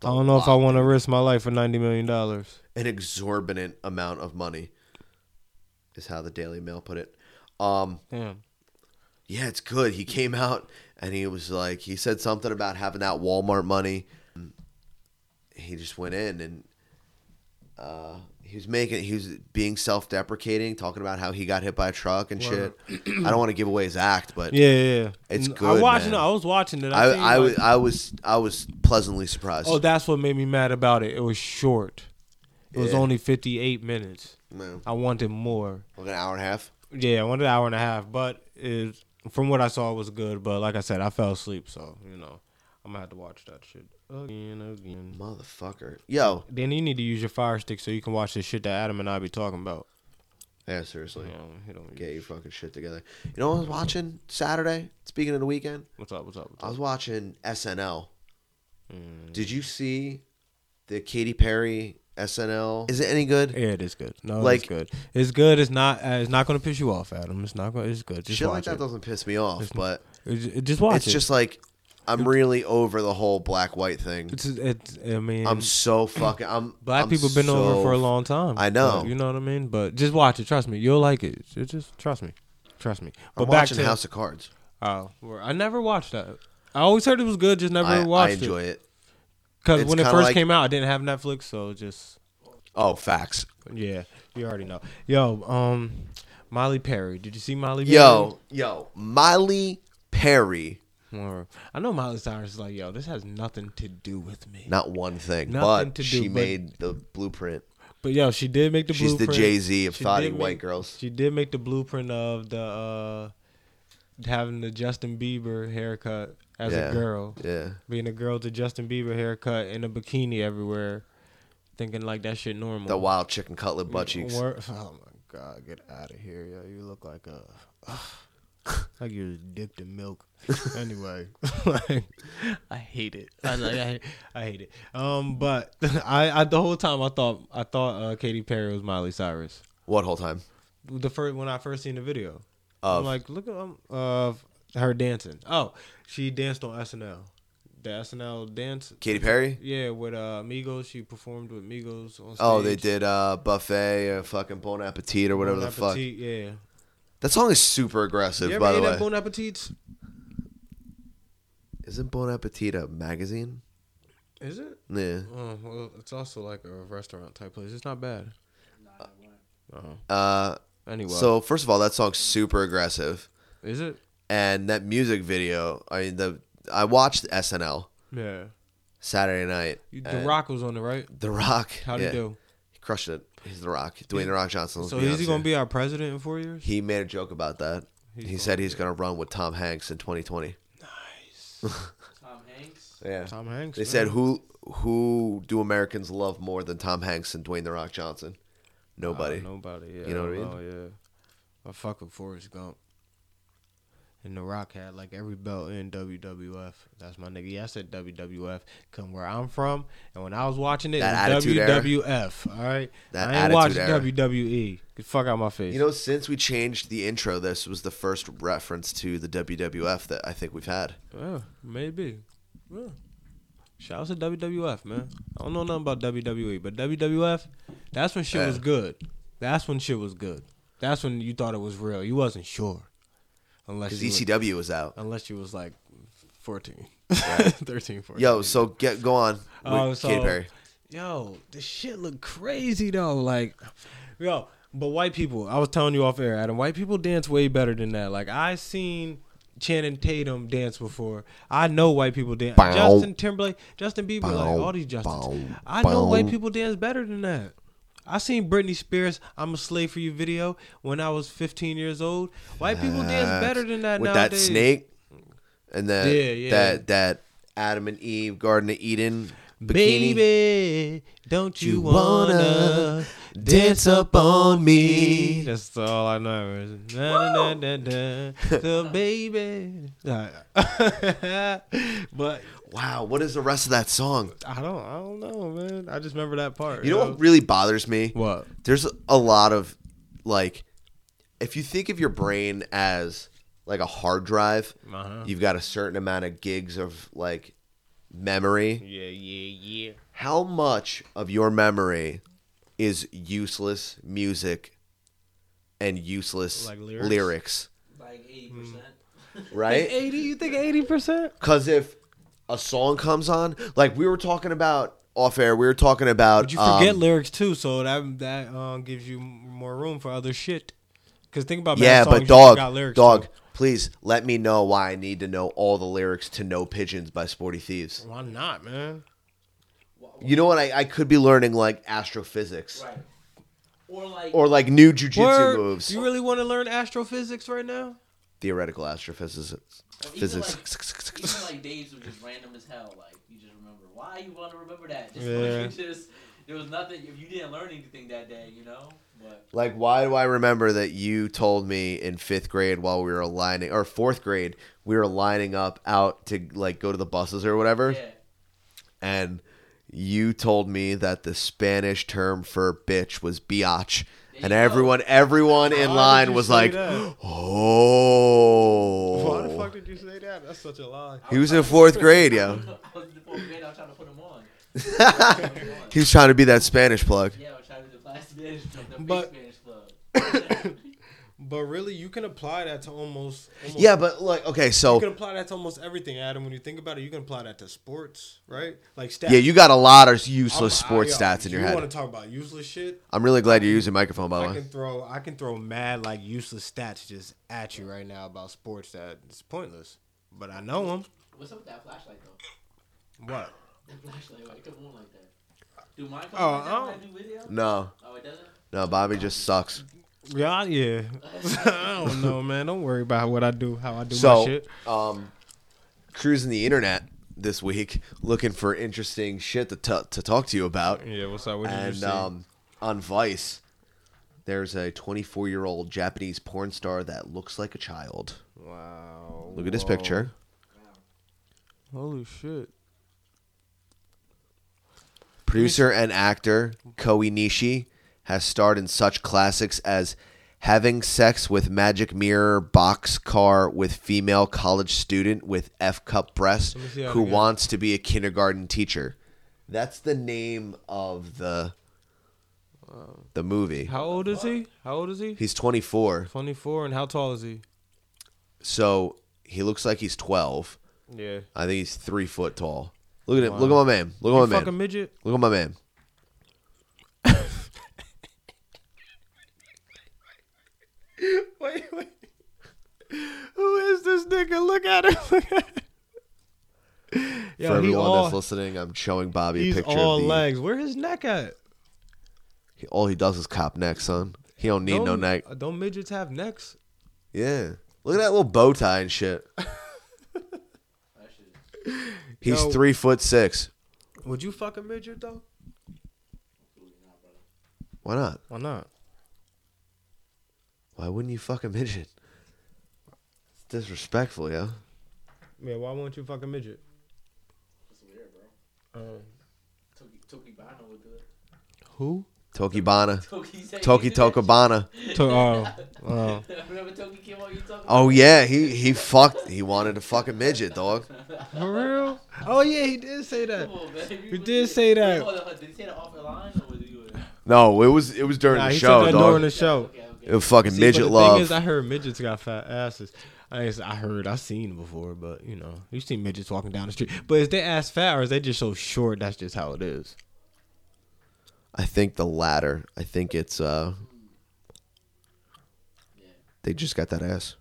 D: don't know if I
B: lot,
D: want to risk my life for ninety million dollars.
B: an exorbitant amount of money is how the daily mail put it um
D: Damn.
B: yeah it's good he came out and he was like he said something about having that walmart money he just went in and uh he was making he was being self-deprecating talking about how he got hit by a truck and shit i don't want to give away his act but
D: Yeah, yeah, yeah.
B: It's
D: N- I
B: good,
D: watched.
B: man.
D: No, I was watching it.
B: I,
D: I,
B: I,
D: was.
B: was, I was I was pleasantly surprised.
D: Oh, that's what made me mad about it. It was short. It was
B: Yeah.
D: only fifty eight minutes.
B: Man,
D: I wanted more.
B: like an hour and a half.
D: Yeah, I wanted an hour and a half, but it, from what I saw, it was good. But like I said, I fell asleep, so you know, I'm gonna have to watch that shit again, again.
B: Motherfucker. Yo.
D: Then you need to use your fire stick so you can watch the shit that Adam and I be talking about.
B: Yeah, seriously.
D: Um, he don't
B: get your fucking shit together. You know what I was watching Saturday? Speaking of the weekend,
D: What's up? What's up? What's
B: I
D: up?
B: was watching SNL.
D: Mm.
B: Did you see the Katy Perry SNL? Is it any good?
D: Yeah, it is good. No,
B: Like-
D: it's good. It's good. It's not. Uh, it's not gonna piss you off, Adam. It's not gonna. It's good. Just
B: shit like
D: watch
B: that
D: it.
B: doesn't piss me off, but
D: It's- it- Just watch
B: it's
D: it.
B: just like I'm really over the whole black white thing.
D: It's, it's, I mean,
B: I'm so fucking. I'm
D: [CLEARS THROAT] black
B: I'm
D: people been
B: so
D: over for a long time.
B: I know.
D: you know what I mean. But just watch it. Trust me, you'll like it. Just- Just trust me. Trust me. But
B: I'm
D: back
B: watching
D: to
B: House of Cards.
D: Oh, well, I never watched that. I always heard it was good, just never
B: I, I
D: watched
B: enjoy it.
D: Because
B: It's
D: when it
B: kinda
D: first
B: like-
D: came out, I didn't have Netflix, so just
B: Oh, facts.
D: yeah, you already know. Yo, um, Molly Perry. Did you see Molly?
B: Yo, yo, Miley Perry.
D: Perry? Or- I know Miley Cyrus is like, yo, this has nothing to do with me.
B: Not one thing,
D: Nothing
B: but
D: to do,
B: she
D: but-
B: made the blueprint.
D: But yo, she did make the
B: She's the
D: blueprint.
B: Jay-Z of
D: She
B: thotty
D: did make-
B: white girls.
D: She did make the blueprint of the uh having the Justin Bieber haircut as
B: Yeah.
D: a girl.
B: Yeah.
D: being a girl to Justin Bieber haircut and a bikini everywhere, thinking like that shit normal.
B: The wild chicken cutlet butt cheeks.
D: Wor- [LAUGHS] Oh my god, get out of here, yo! You look like a [SIGHS] like you was dipped in
B: [LAUGHS]
D: milk. anyway, [LAUGHS] like, I hate it. I, like, I, I hate it. Um, but [LAUGHS] I, I the whole time I thought I thought uh, Katy Perry was Miley Cyrus.
B: What whole time?
D: The first when I first seen the video,
B: Of
D: I'm like, look at um, of her dancing. Oh, she danced on SNL. The SNL dance
B: Katy Perry?
D: yeah, with uh, Migos, she performed with Migos on stage.
B: Oh, they did uh buffet or fucking Bon Appetit or whatever
D: Bon
B: the fuck.
D: Appetit, Yeah.
B: That song is super aggressive,
D: You ever
B: by the
D: ate
B: way.
D: at Bon Appetit's?
B: Isn't Bon Appetit a magazine?
D: Is it?
B: Yeah.
D: Oh, well, it's also like a restaurant type place. It's not bad.
B: Uh
D: Anyway,
B: So first of all, that song's super aggressive,
D: is it?
B: and that music video. I mean, the I watched SNL
D: Yeah.
B: Saturday night.
D: You- The
B: and
D: Rock was on the right.
B: The Rock.
D: How'd
B: yeah,
D: he do?
B: He crushed it. He's The Rock. Dwayne The Rock Johnson. let's
D: So is he
B: honest
D: gonna
B: here.
D: be our president in four years?
B: He made a joke about that.
D: He's
B: he
D: gonna
B: said he's gonna run with Tom Hanks in 2020.
H: Tom Hanks.
B: Yeah.
D: Tom Hanks.
B: They
D: man.
B: said who who do Americans love more than Tom Hanks and Dwayne The Rock Johnson?
D: Uh,
B: Nobody.
D: nobody. Yeah.
B: You know what I
D: mean? yeah. I fuck with Forrest Gump. And The Rock had like every belt in WWF. That's my nigga. Yeah, I said WWF. Come where I'm from, and when I was watching it,
B: That
D: it was
B: Attitude Era.
D: WWF. All right.
B: That
D: I ain't
B: Attitude
D: watching
B: Era.
D: WWE. E. Get fuck out my face.
B: You know, since we changed the intro, this was the first reference to the WWF that I think we've had.
D: Yeah, maybe. Yeah. Shout out to WWF, man. I don't know nothing about WWE, but WWF, that's when shit
B: Yeah.
D: was good. That's when shit was good. That's when you thought it was real. You wasn't sure. Unless
B: Because
D: you was-
B: ECW E was out.
D: unless you was like 14 [LAUGHS] 13 14
B: Yo, so get go on. with
D: Oh, so-
B: Katy Perry.
D: yo this shit look crazy though like yo but white people i was telling you off air adam white people dance way better than that like i seen Channing Tatum dance before. I know white people dance.
B: Bow.
D: Justin Timberlake, Justin Bieber, like
B: Bow,
D: all these Justins.
B: bow,
D: I know
B: bow.
D: white people dance better than that. I seen Britney Spears "I'm a Slave for You" video when I was 15 years old. White people dance better than that
B: With
D: nowadays.
B: that snake and that
D: Yeah, yeah.
B: that that Adam and Eve Garden of Eden bikini.
D: Baby, don't you,
B: You
D: wanna
B: wanna
D: dance up on me?
B: me?
D: That's all I know. is na- na- na- na- na, The baby. [LAUGHS] but
B: Wow, what is the rest of that song?
D: I don't, I don't know, man. I just remember that part.
B: You know what really bothers me?
D: What?
B: There's a lot of like if you think of your brain as like a hard drive,
D: Uh-huh.
B: you've got a certain amount of gigs of like memory.
D: Yeah, yeah, yeah.
B: How much of your memory is useless music and useless
D: Like lyrics?
B: lyrics?
H: Like eighty
B: Mm.
H: percent.
B: right?
D: Eighty? You think eighty percent?
B: Because if a song comes on, like we were talking about off air, we were talking about.
D: But you forget
B: um,
D: lyrics too, so that that um, gives you more room for other shit. Cause think about mad
B: yeah,
D: songs
B: but
D: you forgot
B: dog,
D: lyrics
B: dog,
D: to.
B: please let me know why I need to know all the lyrics to "No Pigeons" by Sporty Thieves.
D: Why not, man?
B: You know what? I, I could be learning like astrophysics
H: Right. Or like
B: or like new jujitsu
D: Word.
B: moves.
D: You really want to learn astrophysics right now?
B: Theoretical astrophysics. Physics.
H: even like days were just random as hell. Like you just remember why you want to remember that. Just [LAUGHS]
D: Yeah.
H: like, you just there was nothing if you didn't learn anything that day, you know. But
B: Like, why do I remember that you told me in fifth grade while we were lining or fourth grade we were lining up out to like go to the buses or whatever,
H: yeah, [LAUGHS]
B: and you told me that the Spanish term for bitch was biatch,
H: There
B: and
H: you go.
B: everyone everyone in line was like, oh,
D: did you say that? That's such a lie.
B: he was in fourth grade, yo.
H: I was in the fourth grade. I was trying to put them on.
B: He was trying to be that Spanish plug.
H: Yeah, I was trying to do the class Spanish [LAUGHS] club, the big
D: But-
H: Spanish
D: [COUGHS]
H: club.
D: But really, you can apply that to almost, almost
B: Yeah, but like, okay,
D: You can
B: so
D: apply that to almost everything, Adam. When you think about it, you can apply that to sports, right? Like stats.
B: yeah, you got a lot of
D: I'm-
B: useless sports
D: I- yo,
B: stats in your
D: You want
B: head.
D: to talk about useless shit?
B: I'm really glad you're using microphone, by the
D: I
B: way.
D: can throw I can throw mad like useless stats just at you right now about sports that it's pointless. But I know them.
H: What's up with that flashlight though?
D: What?
H: That flashlight, why it come on like that? Do mine come
D: Oh,
H: on like that when
D: I
H: I do video?
B: No,
H: Oh, it doesn't.
B: no, Bobby just sucks.
D: Yeah, yeah. [LAUGHS] I don't know, man. Don't worry about what I do, how I do my
B: so
D: shit.
B: um cruising the internet this week [LAUGHS] looking for interesting shit to, t- to talk to you about
D: Yeah, what's up? What did you
B: and
D: see?
B: um on vice there's a 24 year old japanese porn star that looks like a child
D: wow.
B: look at this picture
D: Holy shit.
B: producer and actor koe nishi has starred in such classics as having sex with magic mirror box car with female college student with f cup breasts
D: Let me see that
B: who
D: again.
B: wants to be a kindergarten teacher that's the name of the the movie
D: How old is he? How old is he?
B: he's 24
D: Twenty four and how tall is he?
B: so he looks like he's 12
D: Yeah.
B: i think he's three foot tall look at him look at my man look at my
D: Fucking
B: man
D: midget.
B: look at my man
D: at her. [LAUGHS] Look at her. Yo,
B: For
D: he
B: everyone
D: all,
B: that's listening, I'm showing Bobby a
D: he's
B: picture
D: all
B: of the,
D: legs. Where his neck at?
B: he- all he does is cop neck, son. He don't need
D: don't,
B: no neck.
D: Don't midgets have necks?
B: Yeah. Look at that little bow tie and shit.
D: [LAUGHS]
B: He's
D: Yo.
B: three foot six.
D: Would you fuck a midget though?
B: Why not?
D: Why not?
B: Why wouldn't you fuck a midget? It's disrespectful, yo.
D: Yeah, why won't you fuck a midget?
H: That's weird, bro.
D: Um,
H: Toki Tokibana would do it.
D: who?
B: Tokibana.
H: Toki said
B: Toki
H: he did that
B: Tokibana.
D: [LAUGHS] To, oh, oh.
H: shit. Remember Toki came on you talking?
B: Oh yeah, he he fucked. He wanted to fuck a midget, dog.
D: For real? Oh yeah, he did say that.
H: Come on, man.
D: [LAUGHS] You did say that.
H: Hold on, hold on. Did he say that off the line or was he?
B: No, it was it was during
D: Nah,
B: the
D: he
B: show,
D: said that
B: dog.
D: during the show.
H: Okay, okay.
B: it was fucking
D: See, but
B: midget
D: the
B: love.
D: Thing is, I heard midgets got fat asses. I ain't s- I heard, I seen it before, but you know, you seen midgets walking down the street. But is they ass fat or is they just so short? That's just how it is.
B: I think the latter. I think it's uh they just got that ass.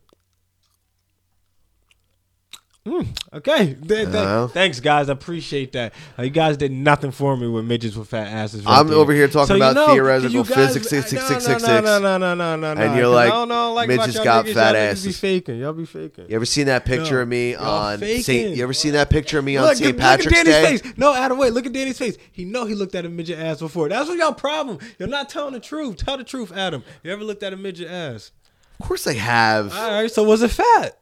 D: Mm, Okay, Th- th-
B: Uh-huh.
D: thanks guys, I appreciate that. Uh, you guys did nothing for me with midgets with fat asses. right
B: I'm
D: there.
B: over here talking
D: you
B: about
D: know,
B: theoretical
D: you guys- uh,
B: physics, six,
D: no,
B: six, six, six,
D: no,
B: six.
D: no, no, no, no, no, no.
B: And you're
D: 'Cause I
B: like,
D: don't know, like
B: midgets
D: about y'all
B: got
D: niggas,
B: fat
D: y'all niggas Be
B: asses.
D: faking, y'all be faking.
B: You ever seen that picture
D: No.
B: of me
D: Y'all
B: on St.
D: faking.
B: You ever seen that picture of me on
D: Look,
B: St.
D: look at
B: Patrick's
D: Danny's
B: Day?
D: face. No, Adam, wait. Look at Danny's face. He know he looked at a midget ass before. That's what y'all problem. You're not telling the truth. Tell the truth, Adam. You ever looked at a midget ass?
B: Of course I have.
D: All right. So was it fat?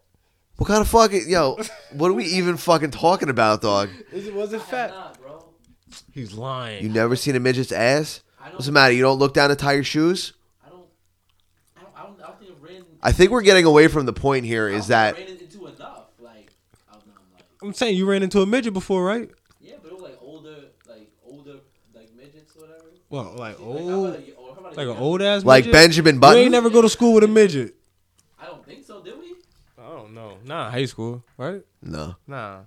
B: What kind of fucking
D: [LAUGHS]
B: yo? What are we even fucking talking about, dog?
D: Is it was it
H: I'm
D: fat?
H: not, bro.
D: He's lying.
B: You never seen a midget's ass?
H: I don't-
B: What's the matter? You don't look down to tie your shoes?
H: I don't. I don't. I don't, I don't think Ren.
B: I think we're getting away from the point here. Is that
H: Ren into enough? Like, I'm, I'm like,
D: I'm saying you ran into a midget before, right?
H: yeah, but it was like older, like older, like midgets or whatever.
D: Well, like
H: Like, how about
D: old,
H: a, or how about a
D: like an
H: young-
D: old ass.
B: like
D: midget?
B: Benjamin
D: You ain't
B: Button?
D: never go to school with a midget.
H: I don't think so, did we?
D: I don't know. Nah, high school, right?
B: No.
D: Nah.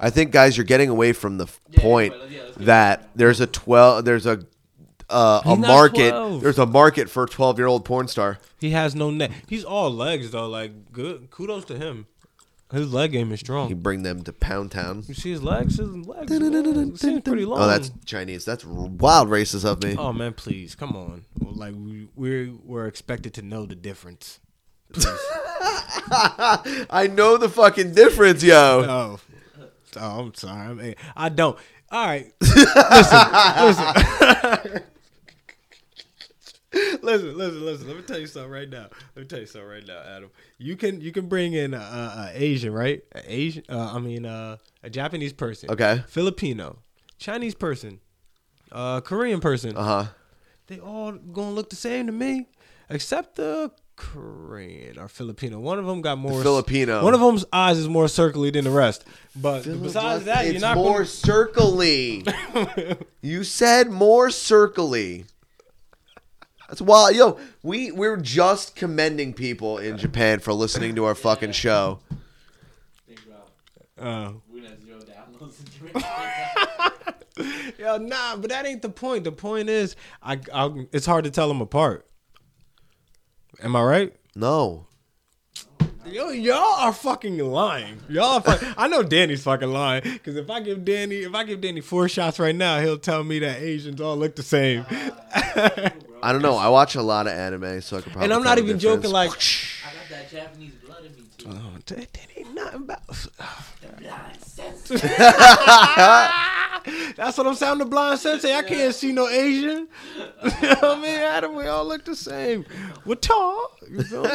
B: I think guys, you're getting away from the f-
H: Yeah,
B: point
H: anyway, yeah, let's get
B: that
H: back to
B: there's a twelve. There's a uh, a
D: He's not
B: market.
D: 12.
B: There's a market for twelve year old porn star.
D: He has no neck. He's all legs though. Like good. Kudos to him. His leg game is strong.
B: You bring them to Pound Town.
D: You see his legs? His legs long. seems pretty long.
B: Oh, that's Chinese. That's r- wild racist of me.
D: Oh man, please come on. Like we we're, we're expected to know the difference.
B: I know the fucking difference, yo.
D: Oh, oh I'm sorry. I, mean, I don't. All [LAUGHS] right. listen, listen. [LAUGHS] listen, listen, listen. Let me tell you something right now. Let me tell you something right now, Adam. You can you can bring in a, a, a Asian, right? A Asian. Uh, I mean, uh, a Japanese person.
B: Okay.
D: Filipino, Chinese person, uh, Korean person.
B: Uh huh.
D: they all gonna look the same to me, except the Korean or Filipino. One of them got more
B: Filipino.
D: One of them's eyes is more circly than the rest. But besides that,
B: it's
D: you're not
B: more
D: gonna, [LAUGHS]
B: circly. you said more circly. That's wild, yo. We we're just commending people in Japan for listening to our fucking show.
H: Think about
D: Uh,
H: we're gonna have zero downloads. [LAUGHS]
D: yeah, nah, but that ain't the point. The point is, I, I it's hard to tell them apart. Am I right?
B: No,
D: Yo, y'all are fucking lying. Y'all, are fuck- [LAUGHS] I know Danny's fucking lying. Cause if I give Danny, if I give Danny four shots right now, he'll tell me that Asians all look the same.
B: I don't know. I watch a lot of anime, so I could probably.
D: and I'm not
B: tell the
D: even joking.
B: difference.
D: Like,
H: I got that Japanese blood in me too.
B: Uh.
D: oh, that, that ain't nothing about. [LAUGHS]
H: Blind sense.
D: That's what I'm saying. I'm the blind sensei. I can't see no Asian. [LAUGHS] you know what I mean? Adam, we all look the same. We're tall. You feel me? [LAUGHS]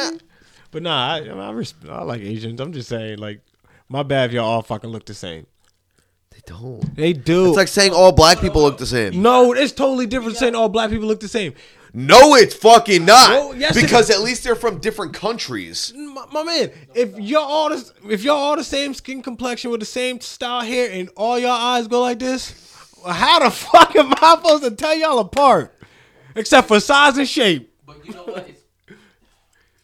D: But nah, I, I, mean, I, resp- I like Asians. I'm just saying, like, my bad if y'all all fucking look the same.
B: they don't.
D: They do.
B: It's like saying all black people look the same.
D: no, it's totally different saying all black people look the same.
B: No, it's fucking not.
D: No, yes, it-
B: because at least they're from different countries.
D: My, my man, if y'all all the, if y'all all the same skin complexion with the same style hair and all y'all eyes go like this, how the [LAUGHS] fuck am I supposed to tell y'all apart? Except for size and shape.
H: But you know what? It's,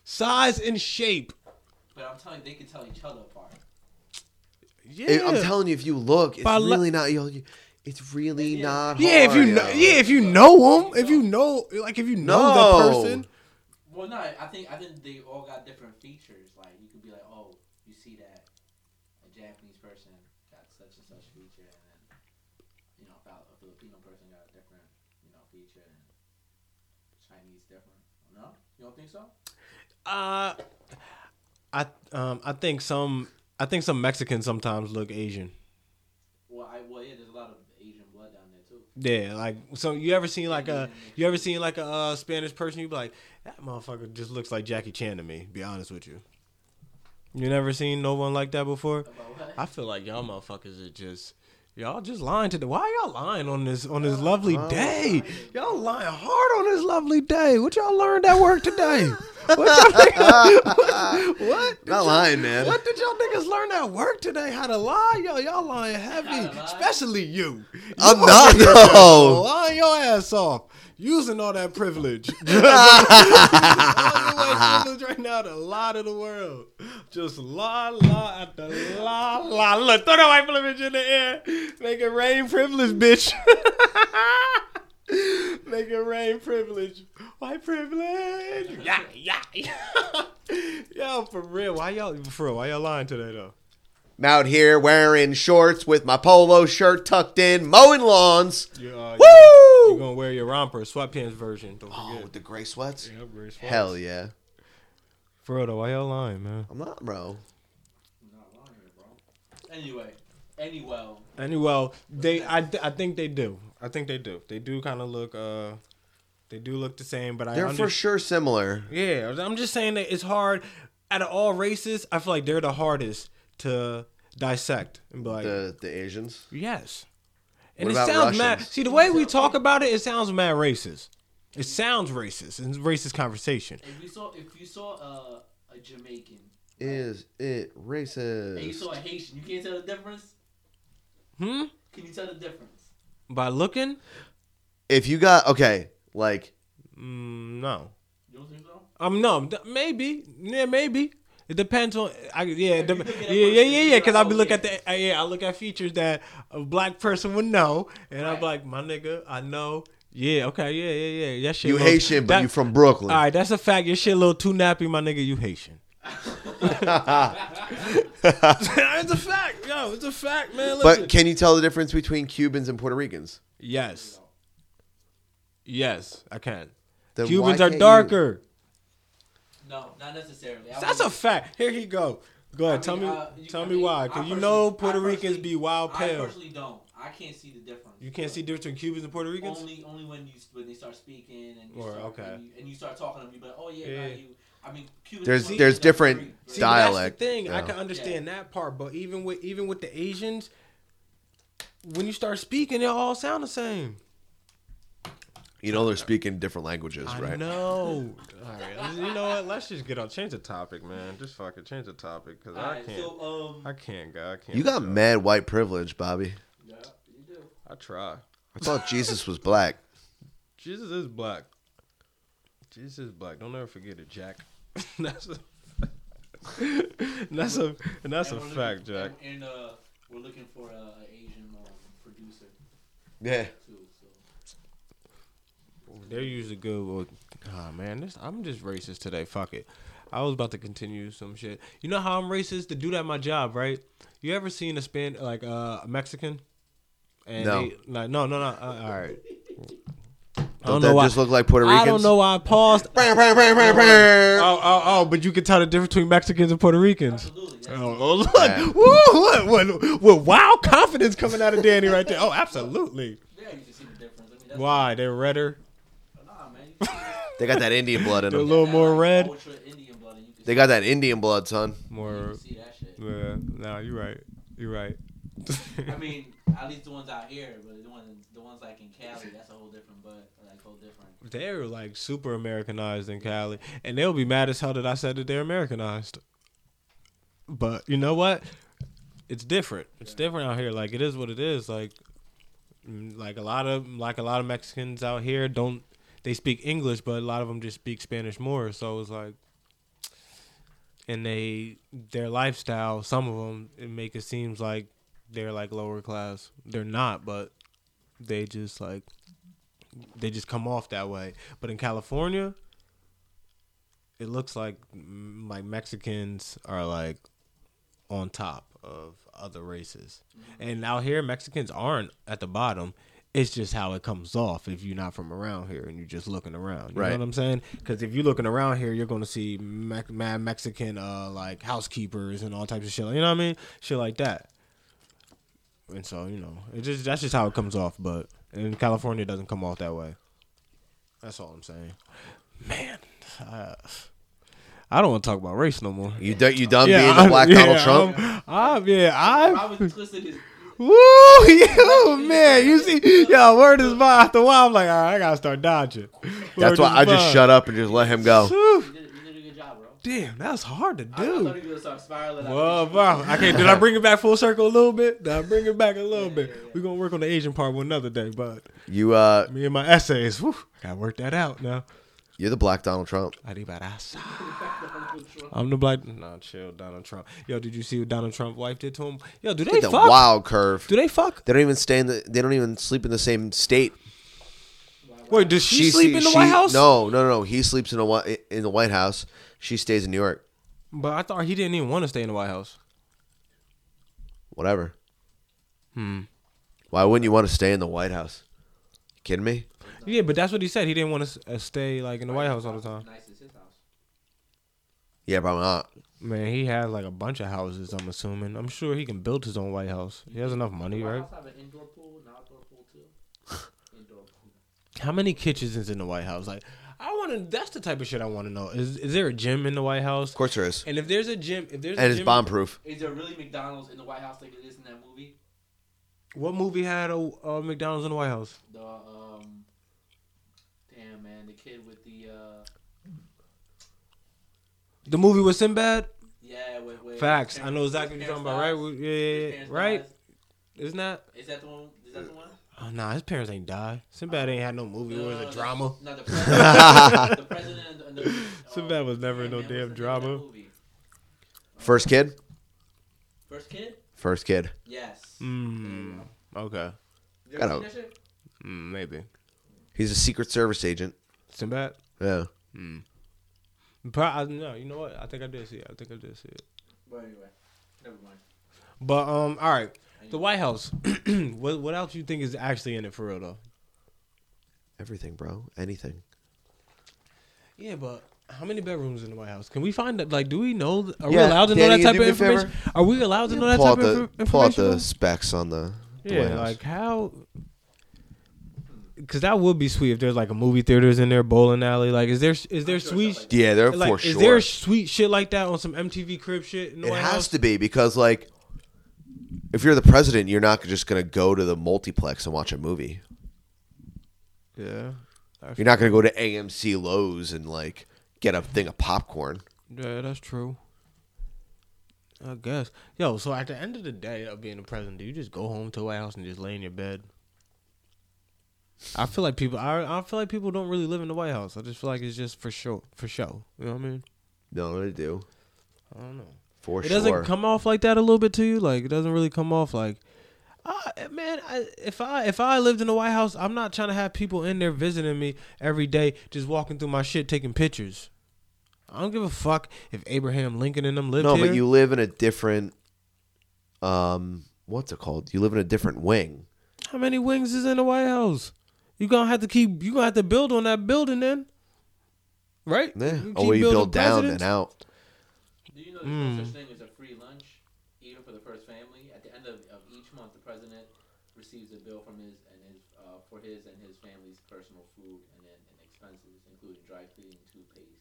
D: Size and shape.
H: but I'm telling you, they can tell each other apart.
D: Yeah.
B: It- I'm telling you, if you look, it's
D: By le-
B: really not. Yo, you- it's really not.
D: Yeah, if
B: hard,
D: you know,
B: yo.
D: yeah, if you know him, if you know, like if you know
B: No.
D: that person,
H: Well, no, I think I think they all got different features. Like you could be like, oh, you see that a Japanese person got such and such feature, and then you know, about a Filipino person got a different you know feature, and Chinese different. No, you don't think so?
D: Uh, I um I think some I think some Mexicans sometimes look Asian.
H: Well, I well yeah, there's a lot of Asian blood down there too.
D: Yeah, like so you ever seen like a you ever seen like a uh, Spanish person you be like that motherfucker just looks like Jackie Chan to me. Be honest with you. You never seen no one like that before.
H: About what?
D: I feel like y'all motherfuckers are just y'all just lying to the why y'all lying on this on this lovely day. Y'all lying hard on this lovely day. What y'all learned at
B: [LAUGHS]
D: work today? What y'all what, [LAUGHS] what
B: Not
D: did y'all-
B: lying, man.
D: What did y'all niggas learn at work today? How to lie? Yo, y'all lying heavy. Especially you.
B: I'm
D: You
B: not,
D: over here
B: though.
D: [LAUGHS] Lying your ass off. Using all that privilege. [LAUGHS] Using all your privilege right now to lie to the world. Just lie, lie after lie, lie. Look, throw that white privilege in the air. Make it rain privilege, bitch. [LAUGHS] Make it rain privilege. White privilege. Yeah, yeah, yeah. [LAUGHS] Yo, for real. Why y'all for real, why y'all lying today though?
B: [LAUGHS] I'm out here wearing shorts with my polo shirt tucked in, mowing lawns.
D: You, uh,
B: Woo!
D: You're gonna wear your romper, sweatpants version. Don't
B: Oh,
D: forget.
B: with the gray sweats?
D: Yeah, very smart.
B: Hell yeah.
D: For real though, why y'all lying, man?
B: I'm not, bro.
H: I'm not wrong here, bro. Anyway, anyway,
D: Anyway, they I, th- I think they do. I think they do. They do kind of look uh, they do look the same. But I
B: They're for
D: under-
B: sure similar.
D: yeah. I'm just saying that it's hard. Out of all races, I feel like they're the hardest to dissect and be like,
B: The the Asians.
D: yes. And
B: What
D: it
B: about
D: sounds mad.
B: Russians?
D: See the way we talk about it, it sounds mad racist. It sounds racist. It's racist conversation.
H: if you saw if you saw uh, a Jamaican
B: Is it
H: and you saw
B: racist?
H: a Haitian, you can't tell the difference.
D: Hmm.
H: Can you tell the difference?
D: By looking,
B: If you got okay, like
D: mm, no.
H: You don't think so?
D: Um, no, th- maybe, yeah, maybe. It depends on, I, yeah, it dep-
H: look at that
D: yeah, yeah,
H: person,
D: yeah,
H: you're
D: yeah. Because I
H: like,
D: be
H: oh,
D: look
H: yeah.
D: at the, I, yeah, I look at features that a black person would know, and I'm
H: Right.
D: like, my nigga, I know. Yeah, okay, yeah, yeah, yeah. That shit.
B: you
D: little-
B: Haitian, but
D: that-
B: you from Brooklyn.
D: All right, that's a fact. Your shit a little too nappy, my nigga. You
B: [LAUGHS]
D: Haitian. it's a fact, yo. It's a fact, man.
B: But can you tell the difference between Cubans and Puerto Ricans?
D: yes, yes, I can.
B: Then
D: Cubans
B: why
D: are
B: can't you?
D: darker.
H: No, not necessarily. I
D: That's a
H: wouldn't-
D: fact. Here he go. Go ahead.
H: I
D: tell
H: mean,
D: me.
H: uh, you-
D: tell
H: I
D: me
H: mean,
D: why.
H: I
D: Cause you
H: personally-
D: know
H: I
D: Puerto Ricans
H: personally-
D: be wild
H: I
D: pale.
H: personally don't. I can't see the difference.
D: You can't see
H: But
D: the difference between Cubans and Puerto Ricans.
H: Only, only when you when they start speaking and you,
D: Or,
H: start,
D: okay.
H: and, you, and you start talking to them, you be like, oh yeah,
D: Yeah.
H: nah, you. I mean, Cubans
B: There's-
H: don't
B: there's
H: speak
B: different
H: Greek, right?
D: See,
B: style.
D: That's
B: dialect,
D: the thing. I
B: yeah.
D: can understand that part, but even with even with the Asians, when you start speaking, they all sound the same.
B: You know they're speaking different languages,
D: I
B: right?
D: know. all right. You know what? Let's just get on. Change the topic, man. Just fucking change the topic, cause I
H: Alright,
D: can't.
H: so um,
D: I can't, guy. I can't.
B: You got
D: yo.
B: mad white privilege, Bobby.
H: yeah, you do.
D: I try.
B: I
D: [LAUGHS]
B: thought Jesus was black.
D: Jesus is black. Jesus is black. Don't ever forget it, Jack. [LAUGHS] that's a that's a and that's
H: And
D: a
H: we're
D: fact,
H: looking,
D: Jack.
H: And, and uh, we're looking for uh, an Asian um, producer
B: Yeah.
H: too. So
D: They're usually good. With, ah man, this, I'm just racist today. Fuck it. I was about to continue some shit. You know how I'm racist? The dude at my job, right? You ever seen a span like uh, a Mexican? And
B: No.
D: they- like, no, no, no. Uh, all right. I
B: Don't that just look like Puerto Ricans?
D: I don't know why
B: [LAUGHS]
D: I paused. Oh, oh, oh, but you can tell the difference between Mexicans and Puerto Ricans.
H: absolutely, that's
D: Oh, oh, look.
B: Yeah.
D: Woo, look, look, With wild confidence coming out of Danny right there. Oh, absolutely.
H: yeah, you can see the difference. I mean, that's
D: Why? They're redder.
H: nah, man.
D: [LAUGHS]
B: They
H: You can see
B: got that Indian blood in
D: They're a
B: them.
D: little
H: that,
D: more
H: like,
D: red.
H: Ultra Indian blood, and you can
B: They
H: see,
B: got that Indian blood, son.
H: you
D: More.
H: can see that shit.
D: Yeah, no, you're right. You're right.
H: I mean, at least the ones out here, but the ones the ones like in Cali, that's a whole different, but like whole different.
D: they're like super Americanized in Cali, and they'll be mad as hell that I said that they're Americanized. But you know what? It's different. It's different out here. Like it is what it is. Like, mm, like a lot of like a lot of Mexicans out here don't they speak English, but a lot of them just speak Spanish more. So it's like, and they their lifestyle. Some of them it make it seems like they're like lower class. They're not, but they just like they just come off that way. But in California, it looks like mm, like Mexicans are like on top of other races, and out here Mexicans aren't at the bottom. It's just how it comes off if you're not from around here and you're just looking around. You
B: Right.
D: know what I'm saying? Because if you're looking around here, you're going to see Mex- mad Mexican uh, like housekeepers and all types of shit. You know what I mean? Shit like that. And so you know, it just that's just how it comes off. But in California, it doesn't come off that way. That's all I'm saying. Man, uh, I don't want to talk about race no more.
B: You do, you done being
D: I'm-
B: the black
D: yeah,
B: Donald Trump?
D: I'm, I'm- yeah, I'm. [LAUGHS]
H: Robin twisted his.
D: Woo, [LAUGHS] you man, you see, yo, word is mine. After a while, I'm like, all right, I gotta start dodging.
B: That's why I just shut up and just let him go.
H: You did, you did a good job, bro.
D: Damn, that's hard to
H: I, I thought
D: do.
H: he was gonna start spiraling. out.
D: Whoa, bro, I can't. Did I bring it back full circle a little bit? Did I bring it back a little bit? We're gonna work on the Asian part one another day, but
B: You uh,
D: me and my essays, whew, gotta work that out now.
B: you're the black Donald Trump.
D: Arribaraza. I'm the black. Nah, chill, Donald Trump. Yo, did you see what Donald Trump's wife did to him? Yo, do they
B: The
D: fuck?
B: wild curve.
D: Do they fuck?
B: They don't even stay in the. They don't even sleep in the same state.
D: Wait, does she, sleep
B: see-
D: in the
B: she-
D: White House?
B: No, no, no. He sleeps in the Whi- in the White House. She stays in New York.
D: But I thought he didn't even want to stay in the White House.
B: Whatever. Hmm. Why wouldn't you want to stay in the White House? kidding me?
D: Yeah, but that's what he said. He didn't want to uh, stay like in the White House all the time.
H: Nice is his house.
B: Yeah, probably not.
D: Man, he has like a bunch of houses. I'm assuming. I'm sure he can build his own White House. He has enough money,
H: White
D: right?
H: House have an indoor pool, an outdoor pool too. indoor pool.
D: How many kitchens is in the White House? Like, I want to. That's the type of shit I want to know. Is is there a gym in the White House?
B: Of course there is.
D: And if there's a gym, if there's a
B: And it's
D: gym-
B: bomb proof.
H: Is there really McDonald's in the White House like it is in that movie?
D: what movie had a, uh McDonald's in the White House?
H: The um, damn man, the kid with the uh,
D: The movie with Sinbad.
H: yeah, with, with
D: Facts.
H: Terrence-
D: I know exactly what
H: with
D: you're talking
H: Terrence
D: about, right?
H: Dodds.
D: We- Yeah,
H: With
D: yeah, yeah.
H: Terrence
D: right?
H: Dodds.
D: Isn't that?
H: Is that the one? Is that the one?
D: Oh, nah, his parents ain't die. Sinbad ain't had no movie. It was
H: No, no,
D: a
B: [LAUGHS]
H: no, [LAUGHS]
D: drama.
H: No,
D: [LAUGHS]
H: the president, the president and the, and the,
D: Sinbad was never
H: man,
D: in no
H: what's the
D: damn
H: name of that
D: drama.
H: movie?
B: First kid.
H: First kid?
B: First kid.
H: Yes.
D: Mm, okay.
H: You
B: Got
H: ever seen
B: out.
H: that shit?
D: Mm, maybe.
B: He's a Secret Service agent.
D: Sinbad?
B: Yeah.
D: Pro- I, no, you know what? I think I did see it. I think I did see it.
H: But anyway, never mind.
D: But, um, all right. The White House. [CLEARS THROAT] what, what else you think is actually in it for real, though?
B: Everything, bro. Anything.
D: Yeah, but how many bedrooms in the White House? Can we find that? Like, do we know? Are we
B: Yeah,
D: allowed to know
B: Danny,
D: that type
B: do
D: of
B: me a favor.
D: information? Are we allowed to know that
B: pull out
D: type
B: the
D: of infor-
B: pull out
D: information?
B: the specs on the. the White
D: yeah,
B: House.
D: like how? Because that would be sweet if there's like a movie theaters in there, bowling alley. Like, is there is there sweet?
B: Yeah, they're
D: like,
B: for
D: is
B: sure.
D: there sweet shit like that on some MTV crib shit? In the
B: It
D: White
B: has
D: House?
B: to be because like if you're the president, you're not just going to go to the multiplex and watch a movie.
D: Yeah.
B: You're not going to go to AMC Lowe's and like get a thing of popcorn.
D: Yeah, that's true. I guess. Yo, so at the end of the day of being a president, do you just go home to the White House and just lay in your bed? I feel like people. I I feel like people don't really live in the White House. I just feel like it's just for show. For show. You know what I mean?
B: No, they do.
D: I don't know.
B: For
D: it
B: sure.
D: doesn't come off like that a little bit to you. Like it doesn't really come off like, ah, man. I, if I if I lived in the White House, I'm not trying to have people in there visiting me every day, just walking through my shit taking pictures. I don't give a fuck if Abraham Lincoln and them lived
B: no,
D: here.
B: but you live in a different um what's it called? You live in a different wing.
D: How many wings is in the White House? You gonna have to keep. You gonna have to build on that building then, right?
B: Yeah.
D: keep
B: Oh, you build
D: building
B: down and
D: presidents?
B: out.
H: Do you know there's no
D: Mm.
H: such thing as a free lunch, even for the first family? At the end of, of each month, the president receives a bill from his and his uh, for his and his family's personal food and then and expenses, including dry cleaning, toothpaste.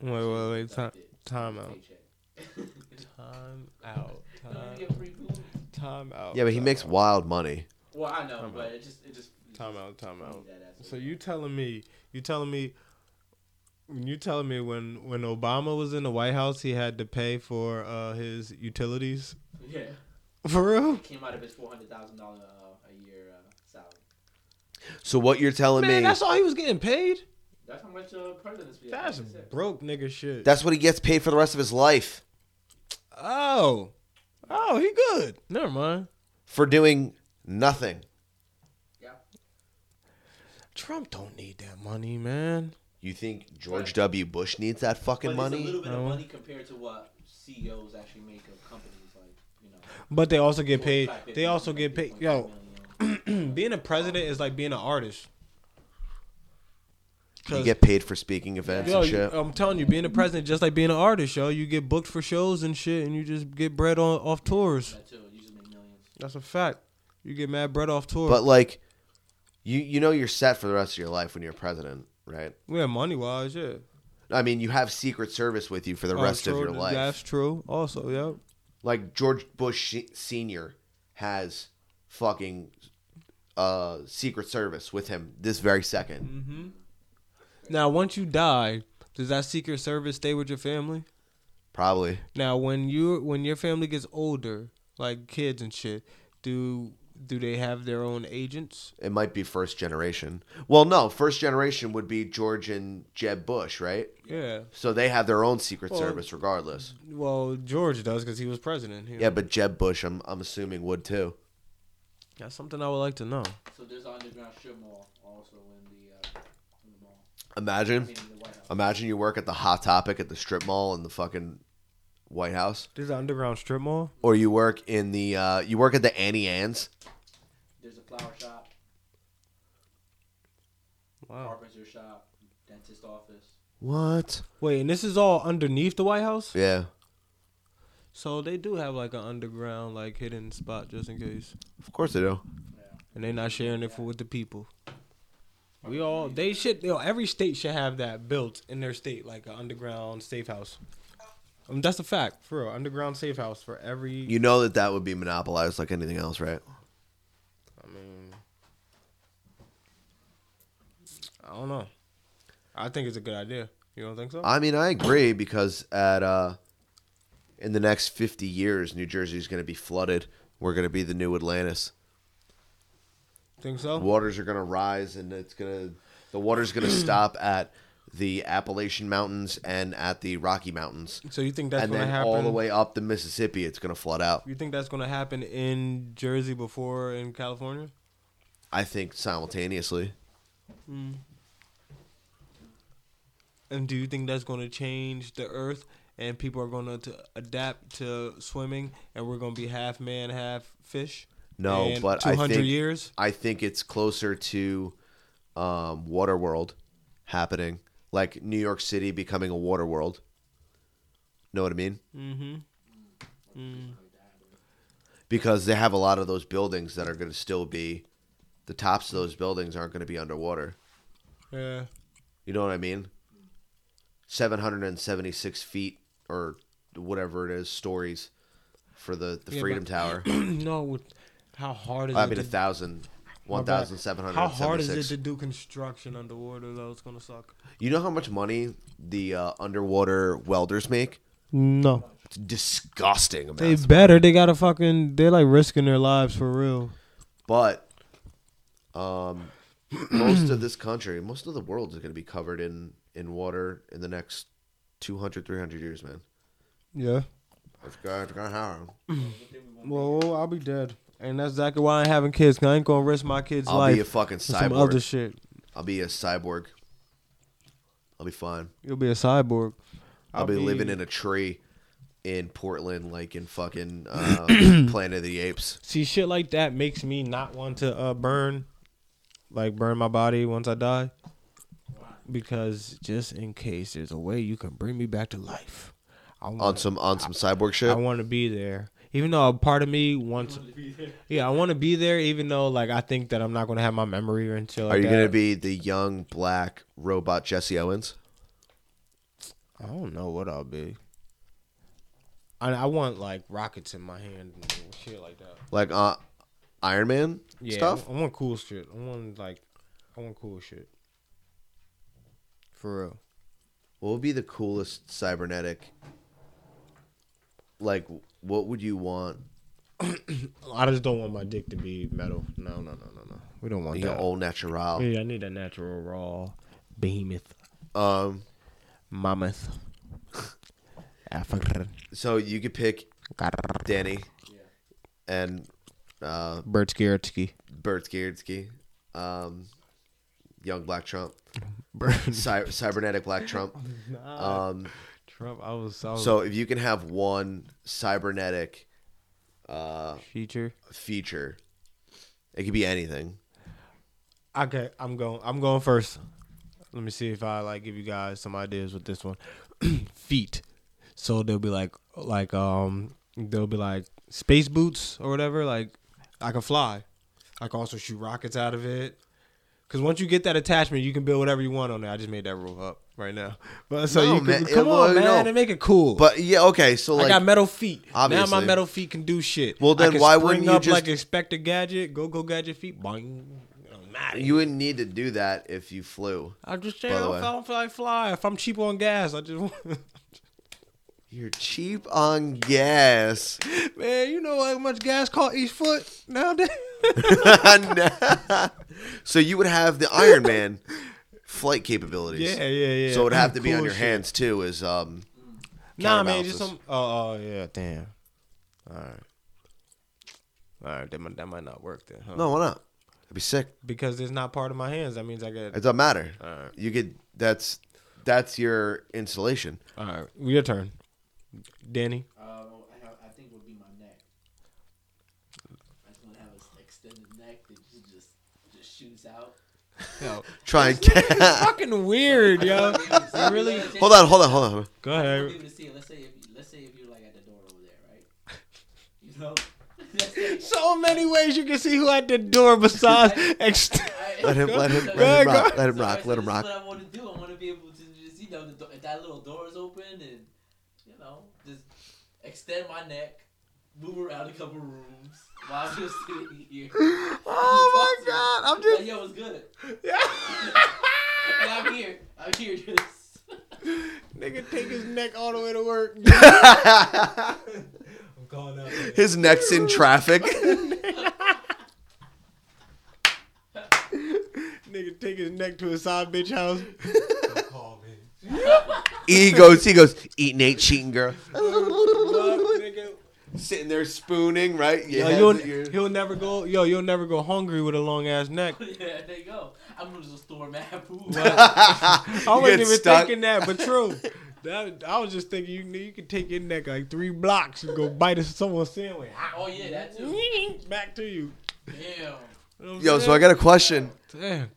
D: Wait, wait, wait. Time,
H: deducted
D: time
H: from
D: out.
H: [LAUGHS] his paycheck.
D: Time out.
H: You don't
D: Time,
H: get free food.
D: time out.
B: Yeah, but he
D: time
H: Oh,
B: makes
D: out.
B: wild money.
H: Well, I know, but it just it just it
D: Time
H: just
D: out, time
H: funny
D: out.
H: that that's-
D: So you telling me, you telling me, when you telling me when when Obama was in the White House, he had to pay for uh, his utilities [LAUGHS]
H: [LAUGHS] yeah
D: for real?
H: came out of his four hundred thousand uh, a year uh, salary.
B: So what you're telling
D: Man,
B: me
D: that's all he was getting paid.
H: That's how much uh, presidents be.
D: That's broke nigga shit.
B: that's what he gets paid for the rest of his life
D: oh, oh, he good. Never mind.
B: for doing nothing.
H: yeah.
D: Trump don't need that money, man.
B: You think George W. Bush needs that fucking
H: but It's a
B: money?
H: little bit
D: No.
H: of money compared to what CEOs actually make of companies, like you know.
D: But they also get
H: $4.5
D: paid.
H: million,
D: They also get paid.
H: $3.5
D: Yo, [CLEARS THROAT]
H: million.
D: being a president is like being an artist.
B: You
D: 'Cause-
B: get paid for speaking events
D: Yo,
B: and
D: you- oh,
B: shit.
D: I'm telling you, being a president just like being an artist, yo. You get booked for shows and shit, and you just get bread on off tours.
H: That too. You just make millions.
D: That's a fact. You get mad bread off tour.
B: But like, you you know you're set for the rest of your life when you're president, right?
D: yeah, money wise, yeah.
B: I mean, you have Secret Service with you for the
D: Oh,
B: rest of
D: true,
B: your life.
D: That's true. Also, yeah.
B: Like George Bush se- Senior has fucking uh Secret Service with him this very 2nd
D: Now, once you die, does that Secret Service stay with your family?
B: probably.
D: Now, when you when your family gets older, like kids and shit, do do they have their own agents?
B: It might be first generation. Well, no, first generation would be George and Jeb Bush, right?
D: Yeah.
B: So they have their own Secret
D: Well-
B: Service, regardless.
D: Well, George does because he was president. Here.
B: Yeah, but Jeb Bush, I'm I'm assuming would too.
D: That's something I would like to know.
H: So there's an underground strip mall also in the uh, in the mall. I
B: Imagine,
H: mean, in the White House.
B: imagine you work at the Hot Topic at the strip mall in the fucking White House,
D: There's an underground strip mall.
B: or you work in the uh, you work at the Annie Ann's.
H: There's a flower shop,
D: Wow.
H: carpenter shop, dentist office.
B: What?
D: Wait, and this is all underneath the White House.
B: Yeah,
D: So they do have like an underground, like hidden spot just in case,
B: of course they do.
D: and they're not sharing it for with the people. We all they should. Yo, every state should have that built in their state, like an underground safe house. I mean, that's a fact for real. Underground safe house for every.
B: You know that that would be monopolized like anything else, right?
D: I mean, I don't know. I think it's a good idea. You don't think so?
B: I mean, I agree because at uh, in the next fifty years, New Jersey's going to be flooded. We're going to be the new Atlantis.
D: think so?
B: waters are going to rise and it's going to the water's
D: [CLEARS THROAT]
B: going to stop at the Appalachian Mountains and at the Rocky Mountains.
D: So you think that's
B: and
D: gonna
B: then
D: happen
B: all the way up the Mississippi, it's going to flood out.
D: You think that's gonna happen in Jersey before in California?
B: I think simultaneously.
D: And do you think that's going to change the earth and people are going to adapt to swimming and we're going to be half man, half fish?
B: No,
D: in
B: but I
D: 200
B: think
D: years?
B: I think it's closer to um, water world happening, like New York City becoming a water world. Know what I mean? Mm.
D: Mm-hmm.
B: Because they have a lot of those buildings that are going to still be, the tops of those buildings aren't going to be underwater.
D: Yeah. [CLEARS THROAT]
B: You know what I mean? 776 feet or whatever it is, stories for the, the
D: Yeah,
B: Freedom
D: but-
B: Tower.
D: [CLEARS THROAT] no, with- how hard is
B: I
D: it?
B: mean, a
D: to,
B: thousand.
D: my bad. How hard is it
B: 1,776.
D: to do construction underwater? Though it's going to suck.
B: you know how much money the uh, underwater welders make?
D: No,
B: It's disgusting amounts.
D: they better. They got to fucking. They're like risking their lives for real.
B: but um, [CLEARS THROAT] most of this country, most of the world is going to be covered in, in water in the next 200, 300 years, man.
D: Yeah.
B: It's gonna, it's gonna happen.
D: Well, I'll be dead, and that's exactly why I ain't having kids. Cause I ain't gonna risk my kids'
B: I'll
D: life
B: be a fucking
D: for some other
B: cyborg.
D: shit.
B: I'll be a cyborg. I'll be fine.
D: You'll be a cyborg.
B: I'll, be, living in a tree in Portland, like in fucking
D: [CLEARS THROAT]
B: uh, Planet of the Apes.
D: See, shit like that makes me not want to uh, burn, like burn my body once I die, because just in case there's a way you can bring me back to life, I
B: On
D: want
B: some on some cyborg
D: I
B: shit.
D: want to be there. Even though a part of me wants, [LAUGHS] yeah, I want to be there. Even though like I think that I'm not gonna have my memory or until.
B: Are you gonna be the young black robot Jesse Owens?
D: I don't know what I'll be. I I want like rockets in my hand and shit like that.
B: Like uh, Iron Man
D: Yeah,
B: stuff?
D: I, I want cool shit. I want like, I want cool shit. For real.
B: What would be the coolest cybernetic? Like, what would you want?
D: I just don't want my dick to be metal. No, no, no, no, no. We don't want
B: You know,
D: that.
B: all natural.
D: Yeah, I need that natural, raw, behemoth,
B: Um,
D: mammoth, African,
B: so you could pick Danny and uh,
D: Bert Skierski.
B: Bert Skierski. Um, young black
D: [LAUGHS]
B: Trump,
D: Bird.
B: cy- cybernetic black
D: [LAUGHS]
B: Trump. Um,
D: Trump. I was, I was
B: so if you can have one cybernetic uh,
D: feature.
B: feature, it could be anything.
D: Okay, I'm going. I'm going first. Let me see if I like give you guys some ideas with this one. [CLEARS THROAT] Feet. So they'll be like, like um, they'll be like space boots or whatever. Like I can fly. I can also shoot rockets out of it. Cause once you get that attachment, you can build whatever you want on it. I just made that rule up right now. [LAUGHS] But so
B: No,
D: you can,
B: man,
D: come
B: it-
D: on,
B: well,
D: man,
B: no.
D: and make it cool.
B: But yeah, okay. So
D: I
B: like,
D: got metal feet. Now my
B: Obviously.
D: metal feet can do shit.
B: Well,
D: I
B: then
D: can
B: why
D: spring
B: wouldn't you
D: up
B: just-
D: like Inspector Gadget? Go go gadget feet. Boing. Mad.
B: you wouldn't need to do that if you flew.
D: I'm just saying,
B: By
D: I
B: the
D: don't,
B: way.
D: I don't feel like fly. If I'm cheap on gas, I just [LAUGHS]
B: You're cheap on
D: [LAUGHS]
B: gas. [LAUGHS]
D: man, you know how much gas cost each foot nowadays.
B: so you would have the Iron Man flight capabilities.
D: yeah, yeah, yeah.
B: So it would have to be
D: Cool
B: on your
D: shit.
B: hands too. Is um,
D: [LAUGHS] Nah, man,
B: counterbalances.
D: just some. Oh, oh, yeah, damn. All right, all right. That might, that might not work then, huh?
B: no, why not? That'd be sick.
D: because it's not part of my hands. That means I
B: It
D: get.
B: doesn't matter.
D: Alright.
B: You could. That's that's your installation.
D: All right, your turn, [LAUGHS] Danny.
H: Um, I, have, I think would be my neck. I just want to have an extended neck that just just, just shoots out.
D: Yo,
B: Try and [LAUGHS] ca-
D: fucking weird, [LAUGHS] yo. You really?
B: hold on, hold on, hold on.
D: Go
H: I
D: ahead.
H: want people to see it. Let's say if let's say if you're like at the door over there, right? You know. Let's say-
D: So many ways you can see who at the door [LAUGHS] besides. Ext-
H: I-
B: [LAUGHS] Let him, let him,
H: So-
B: let him
D: Go, go.
B: rock, let him
H: so
B: rock,
H: that's-
B: let him rock.
H: that's What I want to do, I want to be able to just you know the, do- if that little door is open and you know just extend my neck, move around a couple rooms while I'm just sitting
B: [LAUGHS]
H: here.
D: Oh
H: [LAUGHS] Talk to
D: my
H: me.
D: God, I'm
H: Like,
D: just.
H: yo, it's good.
D: [LAUGHS] Yeah.
H: And I'm here. I'm here. [LAUGHS] Just [LAUGHS]
D: Nigga take his neck all the way to work. [LAUGHS]
B: [LAUGHS]
D: I'm calling out.
B: His neck's in
D: [LAUGHS]
B: traffic.
D: Nigga take his neck to his side bitch [LAUGHS] house. call me.
B: he goes, he goes, eating, ain't cheating, girl.
D: nigga.
B: Sitting there spooning, right?
D: Yo, you'll, he'll never go. Yo, you'll never go hungry with a long ass neck.
H: yeah, there you go. I'm gonna just store mad food.
D: I
B: [LAUGHS] You
D: wasn't
B: get
D: even
B: stuck.
D: thinking that, but
B: [LAUGHS]
D: true. That, I was just thinking you you could take your neck like three blocks and go bite into someone's sandwich. [LAUGHS]
H: Oh yeah, that too.
D: Back to you.
H: Damn.
D: You know what I'm
B: Yo, so I
D: saying?
B: got a question.
D: Damn.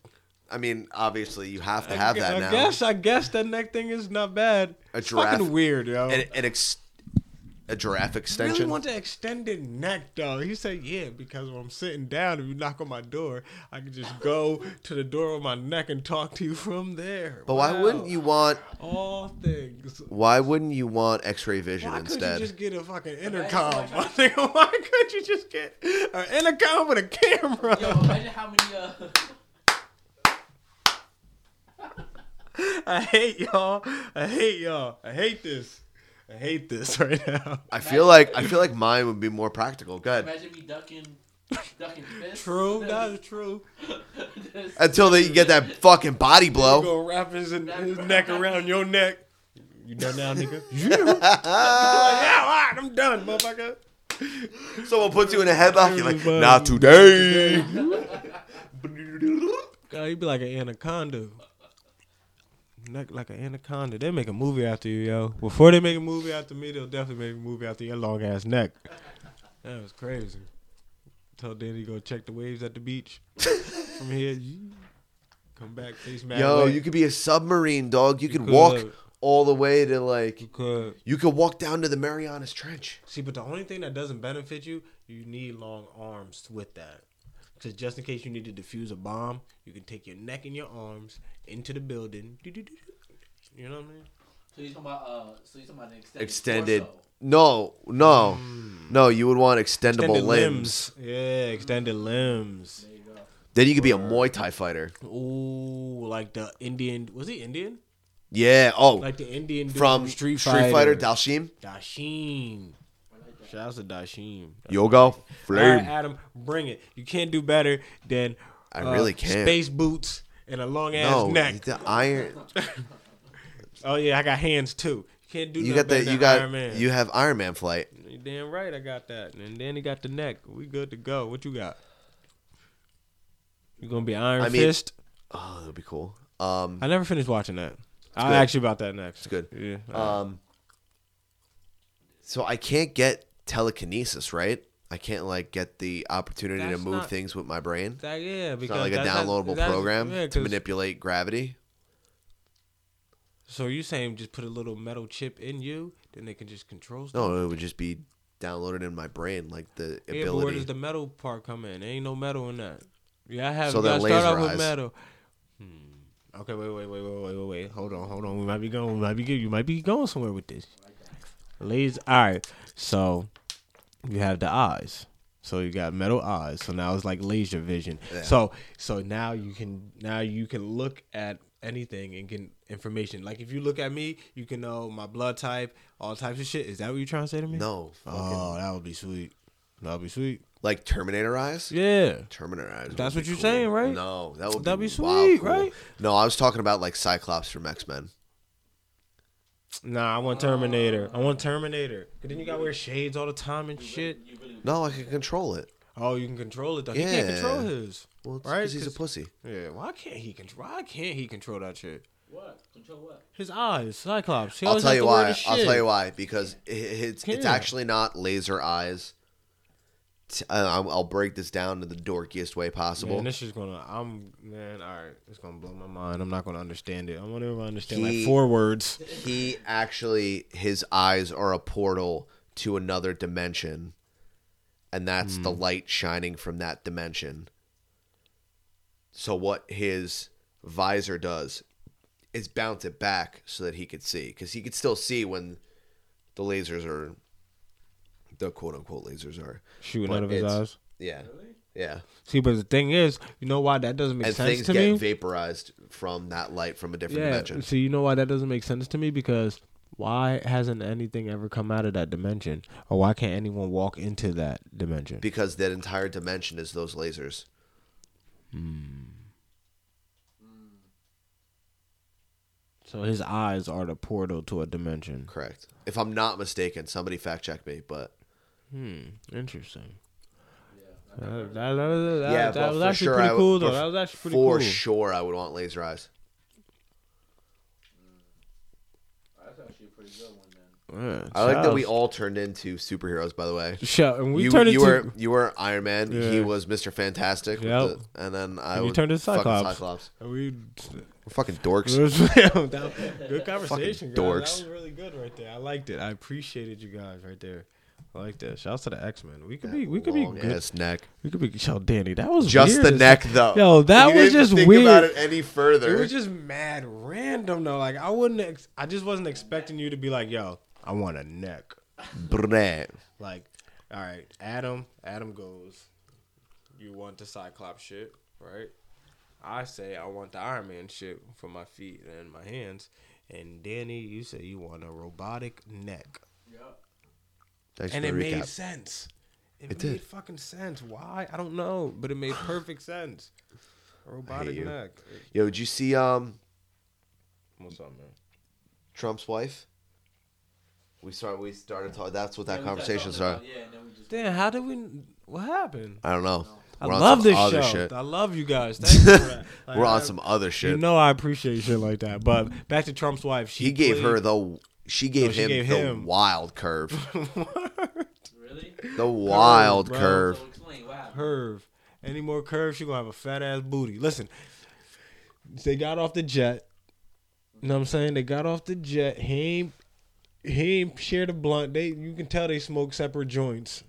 B: I mean, obviously, you have to
D: I
B: have
D: gu-
B: that
D: I
B: now.
D: guess I guess that neck thing is not bad.
B: A
D: It's
B: giraffe.
D: Fucking weird, yo.
B: An, an ex, a giraffe
D: I really
B: extension.
D: want the extended neck though. He said, "Yeah, because when I'm sitting down, if you knock on my door, I can just go to the door with my neck and talk to you from there."
B: but why
D: Wow.
B: wouldn't you want?
D: All things.
B: Why wouldn't you want X-ray vision
D: Why could you
B: instead?
D: just get a fucking intercom? my nigga? [LAUGHS] Why could you just get an intercom with a camera?
H: Yo, imagine how many. Uh, [LAUGHS]
D: I hate y'all. I hate y'all. I hate this. I hate this [LAUGHS] right now.
B: I feel like
D: [LAUGHS]
B: I feel like mine would be more practical. Good.
H: imagine me ducking, ducking fists. [LAUGHS]
D: True, that is true.
H: Just-
B: Until they get that fucking body blow.
D: Go wrap his, his neck around your neck. You done now, nigga? [LAUGHS] Yeah. all right, I'm done, motherfucker.
B: Someone puts you in a headlock. You're like,
D: Everybody.
B: not today.
D: God, you be like an anaconda. Neck like an anaconda. They make a movie after you, yo. Before they make a movie after me, they'll definitely make a movie after your long ass neck. That was crazy. Tell Danny to go check the waves at
B: [LAUGHS]
D: the beach. From here, you come back face mad.
B: Yo,
D: wet.
B: you could be a submarine, dog. You could
D: could.
B: walk all the way to like.
D: You could.
B: You could walk down to the Marianas Trench.
D: See, but the only thing that doesn't benefit you, you need long arms with that. Because just in case you need to defuse a bomb, you can take your neck and your arms into the building. Do-do-do-do. You know what I mean?
H: So you talking about uh? So you talking about an extended?
B: Extended.
H: torso.
B: No, no, no. You would want extendable
D: Hmm. Extended
B: limbs.
D: limbs. Yeah, extended limbs.
H: There you go.
B: Then you could be a Muay Thai fighter.
D: Ooh, like the Indian. Was he Indian?
B: Yeah. Oh,
D: Like the Indian dude
B: from Street Fighter, Dalshim,
D: Dashim. Shout out to Dashim.
B: Yoga,
D: All right,
B: Flame.
D: Adam, bring it. You can't do better than uh,
B: I really can't.
D: Space boots and a long ass
B: no,
D: neck.
B: the iron.
D: Oh yeah, I got hands too. You can't do
B: You
D: nothing
B: got
D: better
B: the.
D: than
B: You got.
D: Iron Man.
B: You have Iron Man flight.
D: You damn right, I got that. And then he got the neck. We good to go. What you got? You gonna be Iron
B: I mean-
D: Fist?
B: Oh, that'd be cool. Um,
D: I never finished watching that. I'll
B: good.
D: ask you about that next. It's
B: good.
D: Yeah. Uh,
B: um, so I can't get telekinesis, right? I can't like get the opportunity to
D: That's
B: move
D: not-
B: things with my brain.
D: That- yeah,
B: It's
D: because
B: not like a
D: that's not-
B: downloadable
D: that's-
B: program
D: yeah,
B: to
D: 'cause-
B: manipulate gravity.
D: So you saying just put a little metal chip in you, then they can just control stuff?
B: No, it would just be downloaded in my brain, like the
D: yeah, but where
B: ability.
D: does the metal part come in? There ain't no metal in that. Yeah, I have.
B: So
D: So
B: they're
D: that start off
B: laserized.
D: with metal. Hmm. Okay, wait, wait, wait, wait, wait, wait, wait. Hold on, hold on. We might be going. We might be. You might be going somewhere with this. Laser. All right. So you have the eyes. So you got metal eyes. So now it's like laser vision. So so now you can now you can look at anything and get information. Like if you look at me, you can know my blood type, all types of shit. Is that what you're trying to say to me?
B: no, fucking,
D: Oh, that would be sweet. That would be sweet.
B: like Terminator eyes.
D: Yeah.
B: Terminator eyes. would
D: That's
B: be
D: what you're
B: cool.
D: saying, right?
B: No, that would
D: That'd
B: be,
D: be
B: wild
D: sweet,
B: cool.
D: right?
B: No, I was talking about like Cyclops from X Men.
D: Nah, I want Terminator. I want Terminator. But then you gotta wear shades all the time and shit.
B: No, I can control it.
D: Oh, you can control it though. He can't
B: Yeah.
D: control his.
B: Well, it's
D: Right,
B: 'cause he's a
D: 'cause-
B: pussy.
D: Yeah. Why can't he control? Why can't he control that shit?
H: What? Control what?
D: His eyes, Cyclops. He
B: I'll
D: always
B: tell
D: has
B: you
D: to wear
B: why.
D: the
B: I'll
D: shit.
B: tell you why because i- i it's it's
D: Yeah.
B: actually not laser eyes. T- uh, I'll I'll break this down to the dorkiest way possible.
D: Man, this is gonna. I'm man. All right, it's gonna blow my mind. I'm not gonna understand it. I'm gonna never understand
B: He-
D: like four words.
B: he actually his eyes are a portal to another dimension, and that's
D: Hmm.
B: the light shining from that dimension. So what his visor does is bounce it back so that he could see, because he could still see when the lasers are, the quote unquote lasers are.
D: Shooting
B: But
D: out of his
B: it's-
D: eyes.
B: Yeah. Yeah.
D: See, but the thing is, you know why that doesn't make
B: And
D: sense
B: things
D: to
B: get
D: me.
B: vaporized from that light from a different
D: yeah.
B: dimension.
D: See, you know why that doesn't make sense to me because why hasn't anything ever come out of that dimension, or why can't anyone walk into that dimension?
B: Because that entire dimension is those lasers.
D: so his eyes are the portal to a dimension.
B: Correct. If I'm not mistaken, somebody fact check me, but
D: Hmm. Interesting. Uh, that, that, that,
B: yeah,
D: that
B: but
D: was
B: for
D: actually
B: sure I
D: pretty
B: would-
D: cool, though.
B: for-
D: That was actually pretty
B: for
D: cool.
B: sure I would want laser eyes.
H: Oh, that's actually a pretty good one, man.
D: Yeah,
B: I like that we
D: shout
B: all turned into superheroes. By the way,
D: outs. Shout, and we
B: you
D: turned
B: you
D: into [LAUGHS]
B: were you were Iron Man. He
D: Yeah.
B: was Mister Fantastic. with
D: Yep.
B: the- and then I
D: And you
B: was
D: turned into
B: fucking
D: Cyclops.
B: Cyclops.
D: we. [LAUGHS]
B: We're fucking dorks.
D: That- good conversation, guys.
B: dorks.
D: That was really good right there. I liked it. I appreciated you guys right there. I like that. Shouts to the X Men. We could be. We could be
B: Long
D: good.
B: ass neck.
D: We could be. Yo, Danny, that was
B: Just
D: weird
B: the
D: as-
B: neck though.
D: Yo, that
B: You
D: was
B: didn't
D: just
B: think
D: weird.
B: about it any further.
D: It was just mad random though. Like I wouldn't. Ex- I just wasn't expecting you to be like, yo, I want a neck.
B: Bruh.
D: Like, all right, Adam, Adam goes, you want the Cyclops shit, right? I say I want the Iron Man shit for my feet and my hands. And Danny, you say you want a robotic neck.
B: Thanks
D: and
B: for
D: it
B: the recap.
D: made sense. It, made
B: did.
D: fucking sense. Why? I don't know, but it made
B: [SIGHS]
D: perfect sense. A robotic
B: you.
D: neck.
B: Yo, did you see um
D: What's up, man?
B: Trump's wife? We started. We started talking. That's what
H: Yeah,
B: that
H: we
B: conversation
H: started talking
B: started.
H: about- Yeah, and then we just.
D: Damn, how did we? What happened?
B: I don't know.
D: I
B: We're on
D: love
B: some
D: this
B: other
D: show.
B: shit.
D: I love you guys. Thank
B: [LAUGHS]
D: you for that. Like,
B: We're
D: I-
B: on some other shit.
D: You know I appreciate shit like that. But back to Trump's wife. She
B: he gave her
D: played-
B: the. She gave
D: she
B: him
D: gave
B: the
D: him.
B: wild
D: [LAUGHS]
B: curve.
H: Really?
B: The wild
D: bro.
B: curve.
H: So explain what happened.
D: curve. Any more curve, she gonna have a fat ass booty. Listen, they got off the jet. You know what I'm saying? They got off the jet. He ain't he ain't shared a blunt. They you can tell they smoke separate joints.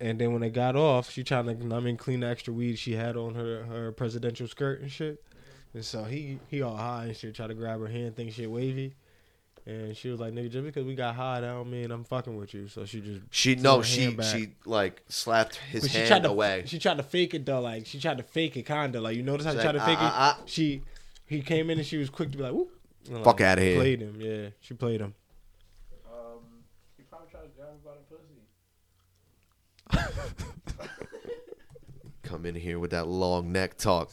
D: And then when they got off, she tried to I mean clean the extra weed she had on her her presidential skirt and shit. And so he he all high and shit, try to grab her hand, think shit wavy. And she was like, "Nigga, just because we got high, that don't mean I'm fucking with you." So she just
B: She
D: threw
B: no.
D: her
B: She
D: hand back.
B: she like slapped his
D: But she
B: hand
D: tried to
B: away.
D: She tried to fake it though, like she tried to fake it kinda. Like you notice how
B: She's
D: she tried to
B: like,
D: fake
B: "Uh, uh,
D: it?
B: uh."
D: She he came in and she was quick to be like, Whoop and, like,
B: Fuck outta here.
D: Played him, yeah. She played him. [LAUGHS]
H: Um, he probably tried to grab her by the pussy.
B: Come in here with that long neck talk.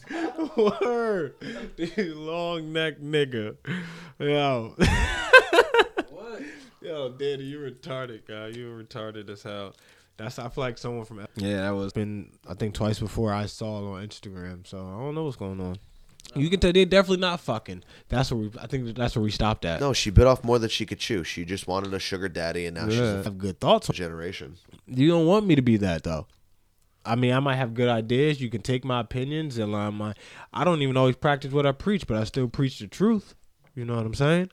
D: Word. [LAUGHS] Dude, long neck nigga. Yo. [LAUGHS]
H: What?
D: Yo, Danny, you retarded, guy. You retarded as hell. That's I feel like someone from Yeah, that was been I think twice before I saw it on Instagram, so I don't know what's going on. You can tell they're definitely not fucking. That's where we, I think that's where we stopped at.
B: No, she bit off more than she could chew. She just wanted a sugar daddy, and now she's
D: Yeah.
B: a
D: have good thoughts.
B: f- generation.
D: You don't want me to be that though. I mean, I might have good ideas. You can take my opinions and line my. I don't even always practice what I preach, but I still preach the truth. You know what I'm saying?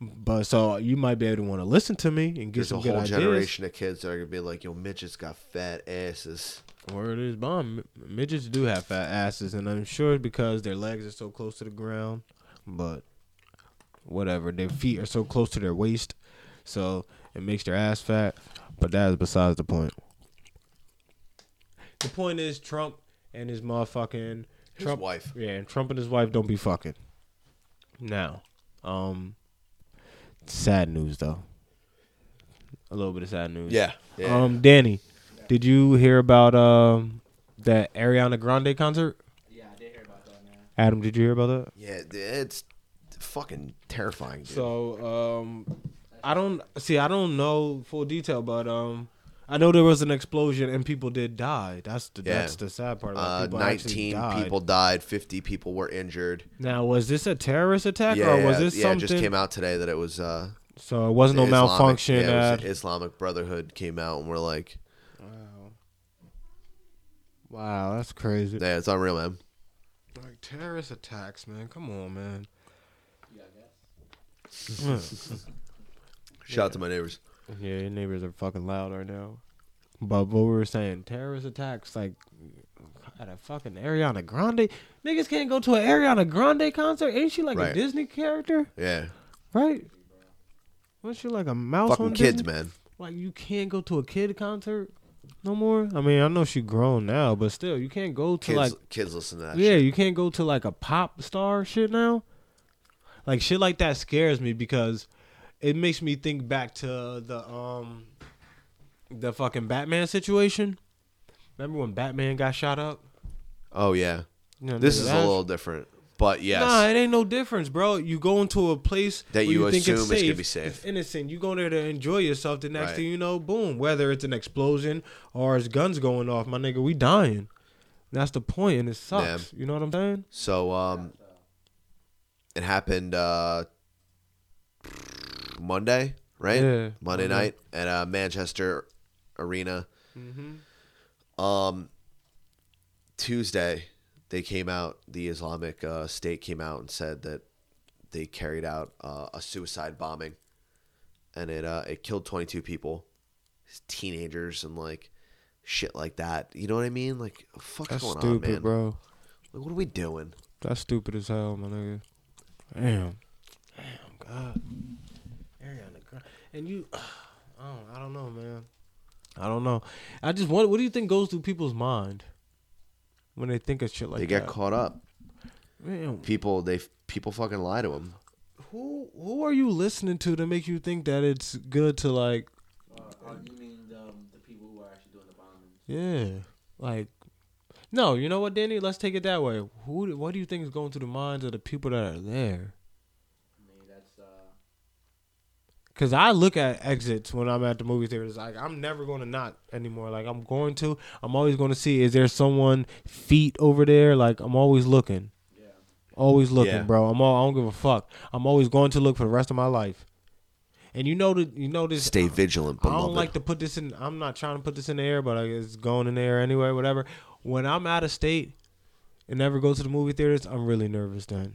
D: But so you might be able to want to listen to me and get
B: There's
D: some
B: a
D: good
B: whole
D: ideas.
B: generation of kids that are gonna be like, "Yo, Mitch's got fat asses."
D: Word is bomb. M- Midgets do have fat asses, and I'm sure it's because their legs are so close to the ground. But whatever, their feet are so close to their waist, so it makes their ass fat. But that is besides the point. The point is Trump and his motherfucking
B: His
D: Trump
B: wife.
D: Yeah, and Trump and his wife don't be fucking. Now, um, sad news though. A little bit of sad news.
B: Yeah. yeah.
D: Um, Danny, did you hear about um that Ariana Grande concert?
H: Yeah, I did hear about that, man.
D: Adam, did you hear about that?
B: yeah, it's fucking terrifying. Dude.
D: So, um, I don't see. I don't know full detail, but um, I know there was an explosion and people did die. That's the
B: Yeah.
D: that's the sad part. About it.
B: uh,
D: people actually
B: 19
D: died.
B: people died, 50 people were injured.
D: Now, was this a terrorist attack
B: Yeah,
D: or was
B: yeah,
D: this
B: yeah,
D: something?
B: it just came out today that it was uh,
D: So it wasn't no
B: Islamic-
D: malfunction.
B: yeah, it was
D: at-
B: Islamic Brotherhood came out and we're like,
D: wow, that's crazy.
B: "Yeah, it's unreal, man."
D: Like terrorist attacks, man. Come on, man.
H: You got guess?
B: Shout out to my neighbors.
D: Yeah, your neighbors are fucking loud right now. But what we were saying, terrorist attacks, like at a fucking Ariana Grande. Niggas can't go to an Ariana Grande concert. Ain't she like a
B: Right.
D: Disney character?
B: Yeah,
D: Right? Wasn't she like a mouse
B: fucking
D: on
B: kids,
D: Disney?
B: man.
D: Like you can't go to a kid concert no more. I mean, I know she grown now, but still, you can't go to
B: Kids,
D: like
B: kids listen to that.
D: yeah,
B: shit.
D: you can't go to like a pop star shit now. Like shit like that scares me because it makes me think back to the um the fucking Batman situation. Remember when Batman got shot up?
B: Oh yeah,
D: You know,
B: this is
D: nigga,
B: a
D: that's-
B: little different, but yes,
D: Nah, it ain't no difference, bro. You go into a place
B: That
D: where
B: you
D: think
B: assume
D: it's
B: it's
D: safe,
B: gonna be safe.
D: it's innocent. You go there to enjoy yourself. The next
B: Right.
D: thing you know, boom. Whether it's an explosion or it's guns going off, my nigga, we dying. That's the point, and it sucks. You know what I'm saying?
B: So um, it happened uh, Monday, right?
D: Yeah,
B: Monday
D: Monday.
B: night at uh, Manchester Arena.
D: Mm-hmm.
B: Um, Tuesday, they came out. The Islamic uh, State came out and said that they carried out uh, a suicide bombing, and it uh, it killed 22 people, teenagers and like shit like that. You know what I mean? Like, what the fuck's
D: That's
B: going
D: stupid,
B: on, man?
D: bro.
B: Like, what are we doing?
D: That's stupid as hell, my nigga. Damn. Damn, God. Ariana Grande. And you, [SIGHS] I don't, I don't know, man. I don't know. I just what, what do you think goes through people's mind when they think of shit like
B: they get
D: that?
B: caught up.
D: Man,
B: people they people fucking lie to him.
D: who who are you listening to to make you think that it's good to like,
H: Or, or Uh, you mean the, um, the people who are actually doing the bombings?
D: yeah, like. No, you know what, Danny? Let's take it that way. Who? do- What do you think is going through the minds of the people that are there?
H: Maybe that's uh,
D: Cause I look at exits when I'm at the movie theaters. Like I'm never going to not anymore. Like I'm going to. I'm always going to see is there someone feet over there. Like I'm always looking,
H: yeah.
D: always looking,
B: Yeah.
D: bro. I'm all. I don't give a fuck. I'm always going to look for the rest of my life. And you know that you know this.
B: Stay vigilant,
D: I
B: beloved.
D: don't like to put this in. I'm not trying to put this in the air, but I, it's going in the air anyway. Whatever. When I'm out of state and never go to the movie theaters, I'm really nervous then,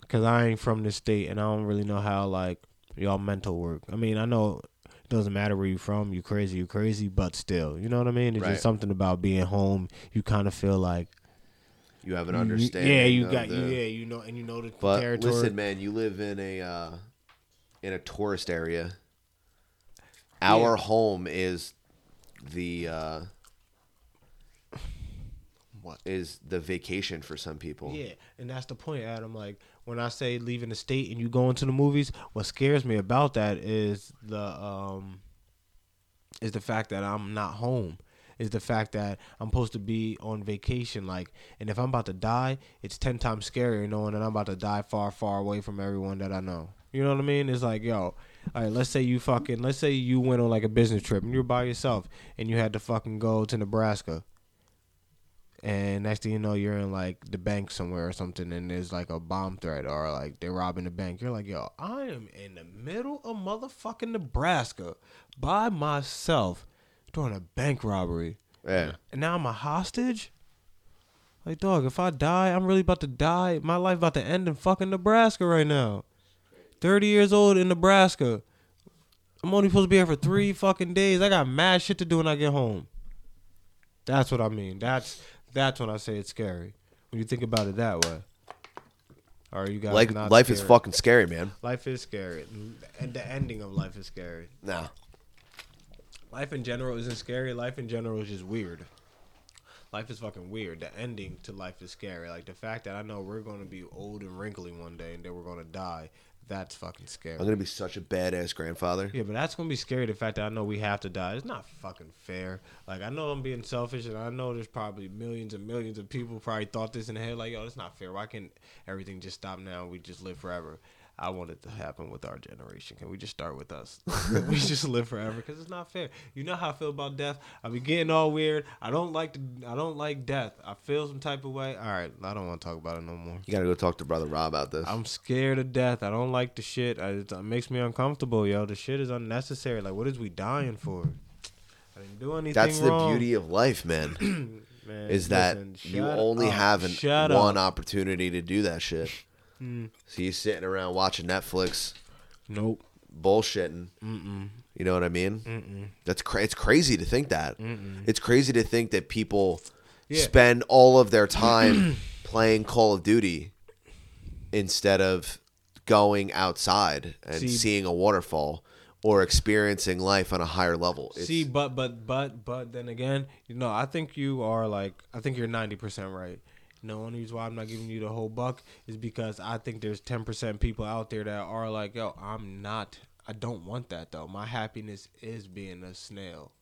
D: because I ain't from this state and I don't really know how like y'all mental work. I mean, I know it doesn't matter where you're from. You crazy, you crazy, but still, you know what I mean. It's
B: Right.
D: just something about being home. You kind of feel like
B: you have an
D: you-
B: understanding.
D: Yeah, you
B: of
D: got
B: the-
D: yeah, you know, and you know the
B: But
D: territory.
B: listen, man, you live in a uh, in a tourist area. Our home is the uh,
D: What?
B: is the vacation for some people.
D: Yeah, and that's the point, Adam. Like when I say leaving the state and you going to the movies, what scares me about that is the um is the fact that I'm not home. Is the fact that I'm supposed to be on vacation, like, and if I'm about to die, it's ten times scarier knowing that I'm about to die far, far away from everyone that I know. You know what I mean? It's like, yo, all right, let's say you fucking, let's say you went on like a business trip and you're by yourself and you had to fucking go to Nebraska and next thing you know you're in like the bank somewhere or something and there's like a bomb threat or like they're robbing the bank you're like yo i am in the middle of motherfucking nebraska by myself during a bank robbery
B: Yeah.
D: and now i'm a hostage like dog if i die i'm really about to die my life about to end in fucking nebraska right now 30 years old in nebraska i'm only supposed to be here for three fucking days i got mad shit to do when i get home that's what I mean. That's that's when I say it's scary. When you think about it that way. Or you guys
B: Like
D: not
B: life is
D: scared?
B: fucking scary, man.
D: Life is scary. And the ending of life is scary.
B: Nah.
D: Life in general isn't scary. Life in general is just weird. Life is fucking weird. The ending to life is scary. Like the fact that I know we're gonna be old and wrinkly one day and then we're gonna die. That's fucking scary.
B: I'm gonna be such a badass grandfather.
D: Yeah, but that's gonna be scary. The fact that I know we have to die, it's not fucking fair. Like I know I'm being selfish, and I know there's probably millions and millions of people probably thought this in their head, like, yo, that's not fair. Why can't everything just stop now? and We just live forever. I want it to happen with our generation. Can we just start with us? [LAUGHS] Can we just live forever because it's not fair. You know how I feel about death. I be getting all weird. I don't like the, I don't like death. I feel some type of way. All right, I don't want to talk about it no more.
B: You gotta go talk to brother Rob about this.
D: I'm scared of death. I don't like the shit. I, it, makes me uncomfortable, yo. The shit is unnecessary. Like, what is we dying for? I didn't do anything
B: That's the
D: wrong.
B: beauty of life, man.
D: [CLEARS THROAT] Man,
B: is that
D: listen,
B: you
D: shut
B: only
D: up.
B: have an,
D: Shut up.
B: one opportunity to do that
D: [LAUGHS]
B: shit.
D: Mm.
B: So you sitting around watching Netflix,
D: Nope.
B: bullshitting. Mm-mm. You know what I mean? Mm-mm. That's cra- it's crazy to think that. It's crazy to think that people
D: Yeah.
B: spend all of their
D: [CLEARS THROAT]
B: time playing Call of Duty instead of going outside and
D: See-
B: seeing a waterfall or experiencing life on a higher level. It's,
D: See, but but but but then again, you know, I think you are like I think you're ninety percent right. You know, only reason why I'm not giving you the whole buck is because I think there's ten percent people out there that are like, yo, I'm not. I don't want that though. My happiness is being a snail,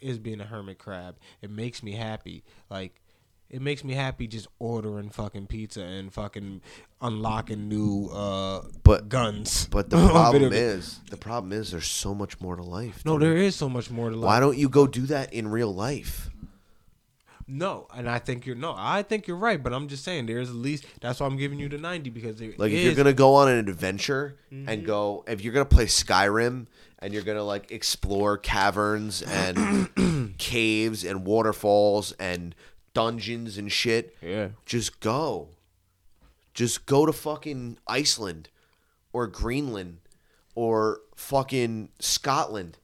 D: is being a hermit crab. It makes me happy. Like it makes me happy just ordering fucking pizza and fucking unlocking new uh
B: But-
D: guns. [LAUGHS]
B: but the
D: on
B: problem
D: video games.
B: is, the problem is, there's so much more to life.
D: no,
B: dude.
D: there is so much more to life.
B: Why don't you go do that in real life?
D: No, and I think you're no, I think you're right, but I'm just saying there's at least that's why I'm giving you the ninety because there
B: Like if you're
D: is-
B: gonna go on an adventure and go, if you're gonna play Skyrim and you're gonna like explore caverns and caves and waterfalls and dungeons and shit,
D: Yeah.
B: just go, just go to fucking Iceland or Greenland or fucking Scotland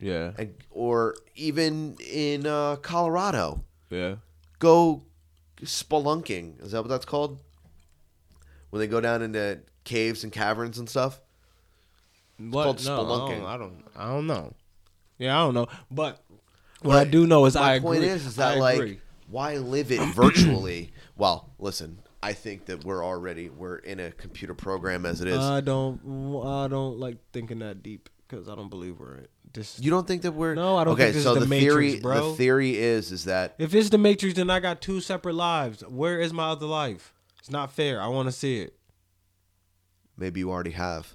D: yeah
B: and, or even in uh, Colorado.
D: yeah
B: go spelunking. Is that what that's called? When they go down into caves and caverns and stuff.
D: what
B: called
D: no, I,
B: spelunking.
D: don't, I don't I don't know yeah I don't know but what I do know is
B: My
D: I
B: point
D: agree.
B: is, is that
D: I
B: like,
D: agree.
B: why live it virtually? [CLEARS THROAT] well, listen, I think that we're already we're in a computer program as it is.
D: I don't I don't like thinking that deep because I don't believe we're in this
B: you don't think that we're
D: No, I don't
B: Okay,
D: think this
B: so
D: is the Matrix,
B: theory,
D: bro.
B: the theory is, is that
D: if it's the Matrix then I got two separate lives where is my other life it's not fair I want to see it
B: maybe you already have.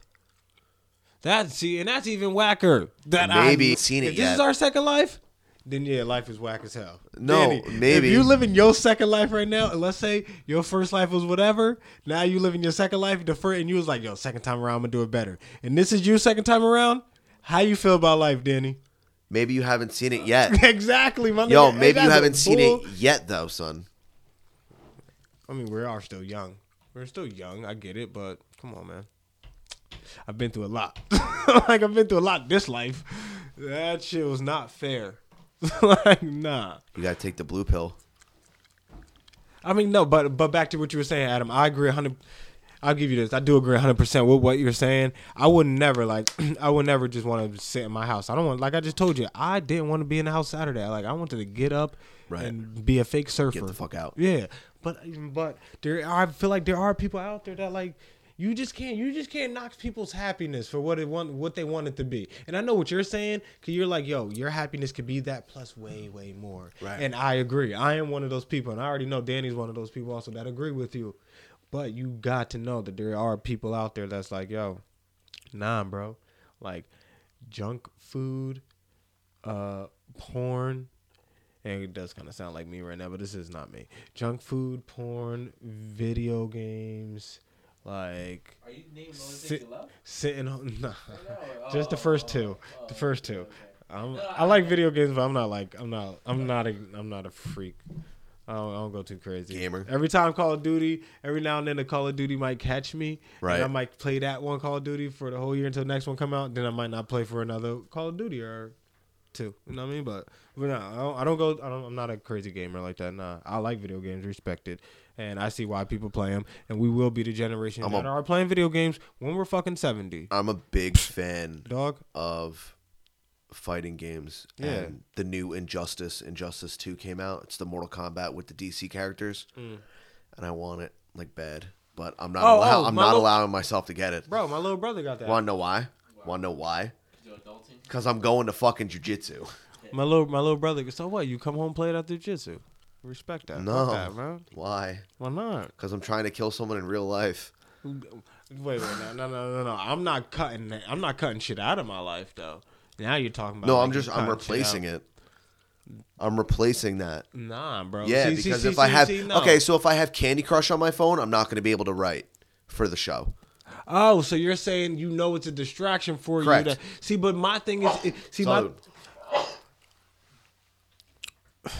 D: That see, and that's even whacker. That
B: Maybe
D: I,
B: seen it
D: If this
B: yet.
D: is our second life, then yeah, life is whack as hell.
B: No, maybe.
D: if you live in your second life right now, and let's say your first life was whatever, now you live in your second life, the first, and you was like, yo, second time around, I'm gonna do it better. And this is your second time around. How you feel about life, Danny? [LAUGHS]
B: Maybe you haven't seen it yet.
D: exactly, my
B: Yo,
D: nigga.
B: maybe you
D: That's a
B: haven't seen
D: bull-
B: it yet though, son.
D: I mean, we are still young. We're still young. I get it, but come on, man. I've been through a lot. [LAUGHS] like I've been through a lot this life. That shit was not fair. [LAUGHS] like nah.
B: You gotta take the blue pill.
D: I mean no, but but back to what you were saying, Adam. I agree 100 I'll give you this. I do agree 100% with what you're saying. I would never like [CLEARS THROAT] I would never just want to sit in my house. I don't want like I just told you. I didn't want to be in the house Saturday. Like I wanted to get up
B: Right.
D: and be a fake surfer.
B: Get the fuck out.
D: Yeah, but but there, I feel like there are people out there that like you just can't you just can't knock people's happiness for what it want what they want it to be. And I know what you're saying because you're like, yo, your happiness could be that plus way way more.
B: Right.
D: And I agree. I am one of those people, and I already know Danny's one of those people also that agree with you. But you got to know that there are people out there that's like, yo, nah, bro, like junk food, uh, porn And it does kind of sound like me right now, but this is not me. Junk food, porn, video games, like
H: Are you naming all the
D: Sit-
H: things you love?
D: sitting on. [LAUGHS] Nah.
H: No,
D: Just the
H: oh,
D: first
H: oh,
D: two.
H: oh,
D: The first two.
H: okay.
D: I'm,
H: No,
D: I like video games, but I'm not like I'm not I'm not a I'm not a freak. I don't, I don't go too crazy.
B: Gamer.
D: Every time Call of Duty, every now and then the Call of Duty might catch me.
B: Right.
D: And I might play that one Call of Duty for the whole year until the next one come out. Then I might not play for another Call of Duty or two. You know what I mean? But but no, I don't, I don't go. I don't, I'm not a crazy gamer like that. Nah, I like video games, respected, and I see why people play them. And we will be the generation
B: I'm a-
D: that are playing video games when we're fucking seventy.
B: I'm a big fan
D: Dog.
B: of fighting games.
D: Yeah.
B: And the new Injustice, Injustice 2 came out. It's the Mortal Kombat with the DC characters. And I want it like bad, but I'm not
D: Mm. Oh,
B: allow-
D: oh,
B: I'm
D: my
B: not
D: little-
B: allowing myself to get it.
D: Bro, my little brother got that.
B: Want to know why? Want to know why?
H: You're adulting.
B: Cuz I'm going to fucking
D: [LAUGHS]
B: jujitsu.
D: My little my little brother. So what? You come home play it after jitsu. Respect that.
B: No.
D: Fuck that, man.
B: Why?
D: Why not?
B: Cuz I'm trying to kill someone in real life.
D: Wait, wait, no, no, no, no, no. I'm not cutting. that- I'm not cutting shit out of my life though. Now you're talking about.
B: No,
D: like,
B: I'm
D: you
B: just I'm
D: cutting shit
B: replacing
D: out.
B: it. I'm replacing that.
D: Nah, bro.
B: Yeah,
D: Oh, See, see,
B: because
D: see,
B: if I
D: see,
B: have
D: see, no.
B: okay, so if I have Candy Crush on my phone, I'm not going to be able to write for the show.
D: Oh, so you're saying you know it's a distraction for
B: Correct.
D: you to see? But my thing is, it, see, my
B: So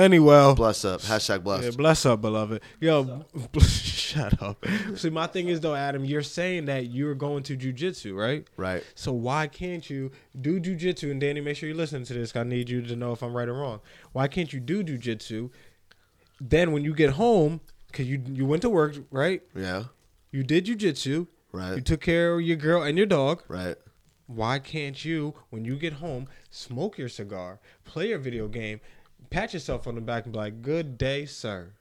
D: anyway.
B: bless up, hashtag blessed.
D: Yeah, bless up, beloved. Yo, [LAUGHS] shut up. See, my thing is though, Adam, you're saying that you're going to jujitsu, right?
B: Right.
D: So why can't you do jujitsu? And Danny, make sure you listen to this. 'cause I need you to know if I'm right or wrong. Why can't you do jujitsu? Then when you get home, cause you you went to work, right?
B: Yeah.
D: You did jujitsu.
B: Right.
D: You took care of your girl and your dog.
B: Right.
D: Why can't you, when you get home, smoke your cigar, play your video game, pat yourself on the back, and be like, "Good day, sir."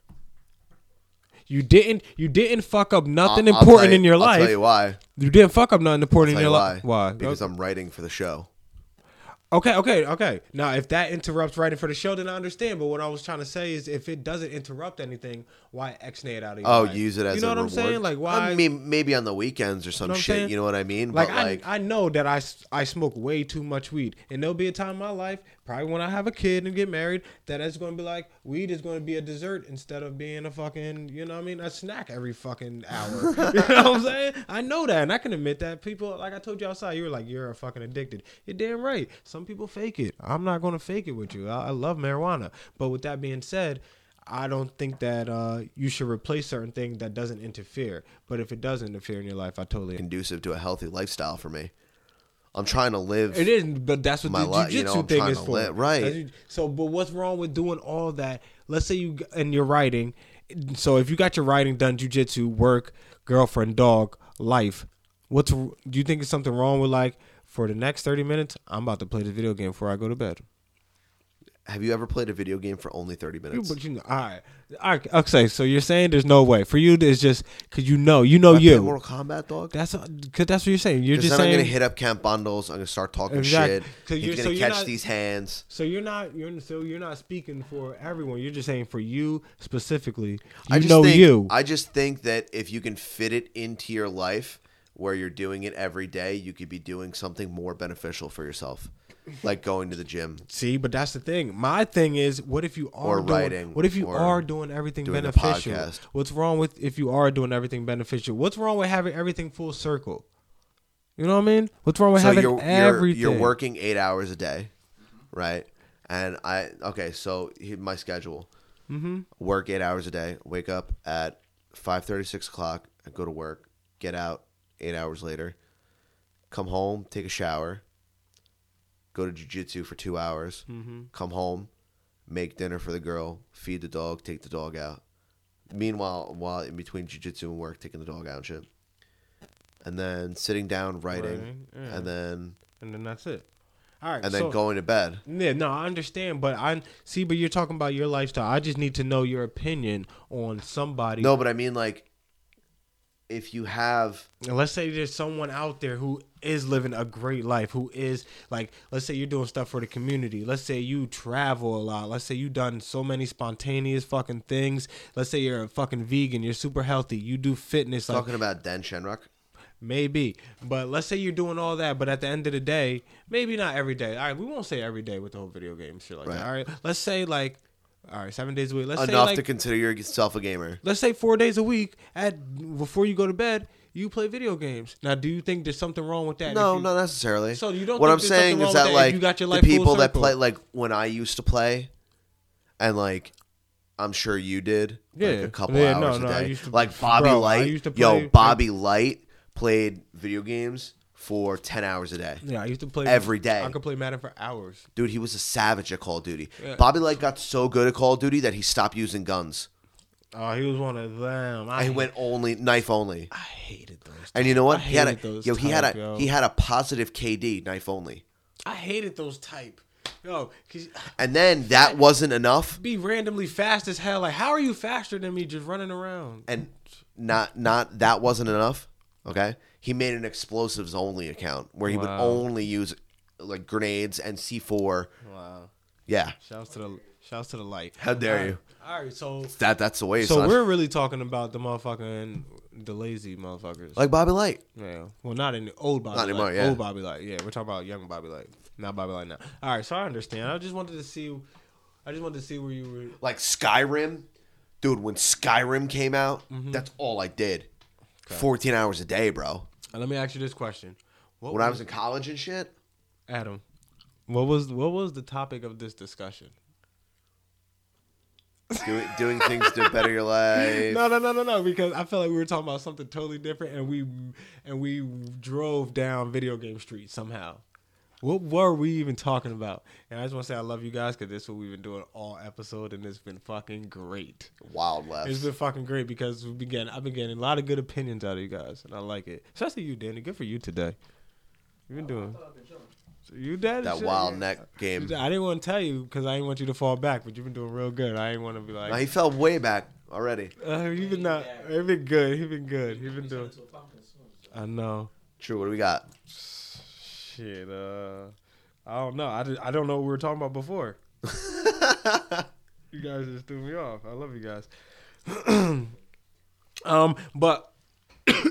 D: You didn't. You didn't fuck up nothing
B: I'll- I'll
D: important
B: tell
D: in your
B: you-
D: life.
B: I'll tell you why. I'll
D: You didn't fuck up nothing important
B: tell
D: in
B: you
D: your
B: why.
D: life. Why?
B: Because I'm writing for the show.
D: Okay, okay, okay. Now, if that interrupts writing for the show, then I understand. But what I was trying to say is, if it doesn't interrupt anything, why exnate it out of your
B: Oh,
D: life?
B: use it as
D: you know
B: a
D: what I'm
B: reward.
D: saying? Like why?
B: I mean, maybe on the weekends or some
D: know what I'm
B: shit.
D: saying?
B: You know what I mean?
D: like,
B: but like,
D: I, I know that I, s- I smoke way too much weed, and there'll be a time in my life, probably when I have a kid and get married, that it's going to be like weed is going to be a dessert instead of being a fucking you know what I mean a snack every fucking hour. [LAUGHS] you know what I'm saying? I know that, and I can admit that. People, like I told you outside, you were like you're a fucking addicted. You're damn right. Some people fake it. I'm not going to fake it with you. I, I love marijuana, but with that being said. I don't think that uh, you should replace certain things that doesn't interfere. But if it does interfere in your life, I totally
B: conducive to a healthy lifestyle for me. I'm trying to live.
D: it isn't, but that's what
B: My
D: the
B: li-
D: jiu-jitsu
B: you know, I'm
D: thing
B: trying
D: is
B: to
D: for.
B: live- right.
D: That's you- So, but what's wrong with doing all that? Let's say you g- and you're writing. So if you got your writing done, jujitsu, work, girlfriend, dog, life. What's r- do you think is something wrong with like for the next thirty minutes? I'm about to play this video game before I go to bed.
B: Have you ever played a video game for only 30
D: You,
B: minutes?
D: but you know, all right, all right, okay. So you're saying there's no way for you. It's just because you know, you know
B: I play
D: you.
B: Mortal Kombat, dog?
D: that's because that's what you're saying. You're
B: Because
D: just
B: then
D: saying
B: I'm gonna hit up Camp Bundles. I'm gonna start talking
D: Exactly.
B: shit.
D: 'Cause
B: He's
D: you're-
B: gonna
D: so you're
B: catch
D: not-
B: these hands.
D: So you're not you're so you're not speaking for everyone. You're just saying for you specifically. You
B: I just
D: know
B: think,
D: you.
B: I just think that if you can fit it into your life where you're doing it every day, you could be doing something more beneficial for yourself, like going to the gym,
D: See, but that's the thing. My thing is, what if you
B: Or
D: are doing,
B: writing,
D: What if you
B: or
D: are doing everything
B: doing a
D: beneficial?
B: podcast.
D: What's wrong with if you are doing everything beneficial? What's wrong with having everything full circle? You know what I mean? What's wrong with
B: so
D: having
B: you're, you're
D: everything?
B: you're working eight hours a day, right? And I okay, so he- my schedule: mm-hmm. work eight hours a day, wake up at five thirty, six o'clock, I go to work, get out eight hours later, come home, take a shower, go to jujitsu for two hours,
D: Mm-hmm.
B: come home, make dinner for the girl, feed the dog, take the dog out. Meanwhile, while in between jujitsu and work, taking the dog out and shit. And then sitting down writing,
D: Writing, yeah.
B: and then
D: and then that's it. All right.
B: and
D: so,
B: then going to bed.
D: Yeah, no, I understand, but I see. But you're talking about your lifestyle. I just need to know your opinion on somebody.
B: No, but I mean like if you have
D: And let's say there's someone out there who is living a great life, who is like, let's say you're doing stuff for the community. Let's say you travel a lot. Let's say you've done so many spontaneous fucking things. Let's say you're a fucking vegan. You're super healthy. You do fitness. Like,
B: talking about Dan Shenrock,
D: Maybe. But let's say you're doing all that, but at the end of the day, maybe not every day. All right, we won't say every day with the whole video game shit like that.
B: Right.
D: All right, let's say like, all right, seven days a week. Let's
B: Enough
D: say
B: to
D: like,
B: consider yourself a gamer.
D: let's say four days a week at before you go to bed, you play video games. Now, do you think there's something wrong with that? And
B: No,
D: if you-
B: not necessarily.
D: So you don't
B: What
D: think
B: I'm
D: there's
B: saying is
D: something wrong
B: that
D: with that if
B: like
D: you got your
B: the
D: life full
B: people that
D: circle?
B: play like when I used to play, and like I'm sure you did. like,
D: Yeah.
B: a couple
D: Yeah, no,
B: hours
D: no,
B: a
D: I
B: day.
D: used to-
B: like Bobby
D: bro, I
B: Light,
D: used to
B: yo,
D: play-
B: Bobby Light played video games for ten hours a day.
D: Yeah, I used to play
B: Every day.
D: I could play Madden for hours.
B: Dude, he was a savage at Call of Duty.
D: Yeah.
B: Bobby Light got so good at Call of Duty that he stopped using guns.
D: Oh, he was one of them. I
B: And he went only knife only.
D: I hated those.
B: And you know what?
D: I
B: He had a
D: hated those
B: yo, he had
D: type,
B: a
D: yo.
B: he had a positive KD knife only.
D: I hated those type. Yo, 'cause
B: And then that wasn't enough.
D: be randomly fast as hell. Like, how are you faster than me just running around?
B: and not not that wasn't enough. Okay, he made an explosives only account where he would
D: Wow.
B: only use like grenades and C four.
D: Wow.
B: Yeah,
D: Shouts to the shouts to the light.
B: How dare you.
D: All right, so
B: that that's the way.
D: so
B: son.
D: we're really talking about the motherfucking the lazy motherfuckers.
B: like Bobby Light.
D: yeah. Well, not in old Bobby.
B: Not anymore,
D: Light.
B: yeah.
D: Old Bobby Light. Yeah, we're talking about young Bobby Light. Not Bobby Light now. All right, so I understand. I just wanted to see. I just wanted to see where you were.
B: like Skyrim, dude. When Skyrim came out,
D: Mm-hmm.
B: that's all I did. Fourteen hours a day, bro.
D: And let me ask you this question. What
B: When I was in college and shit,
D: Adam, what was what was the topic of this discussion?
B: doing doing things to better
D: [LAUGHS]
B: your life.
D: No, no, no, no, no. Because I felt like we were talking about something totally different, and we and we drove down video game street somehow. What were we even talking about? And I just want to say I love you guys because this is what we've been doing all episode, and it's been fucking great.
B: Wild left.
D: It's been fucking great because we began. I've been getting a lot of good opinions out of you guys, and I like it. Especially you, Danny. Good for you today. You've been doing. So you daddy.
B: that
D: shit,
B: wild
D: yeah.
B: neck game.
D: I didn't want to tell you because I didn't want you to fall back, but you've been doing real good. I didn't want to be like,
B: Now, he fell way back already.
D: uh, you've been not. You've been good. You've been good. You've been doing. I know.
B: True. What do we got? [LAUGHS]
D: Shit. Uh, I don't know. I, did, I don't know what we were talking about before. you guys just threw me off. I love you guys. [CLEARS THROAT] um, but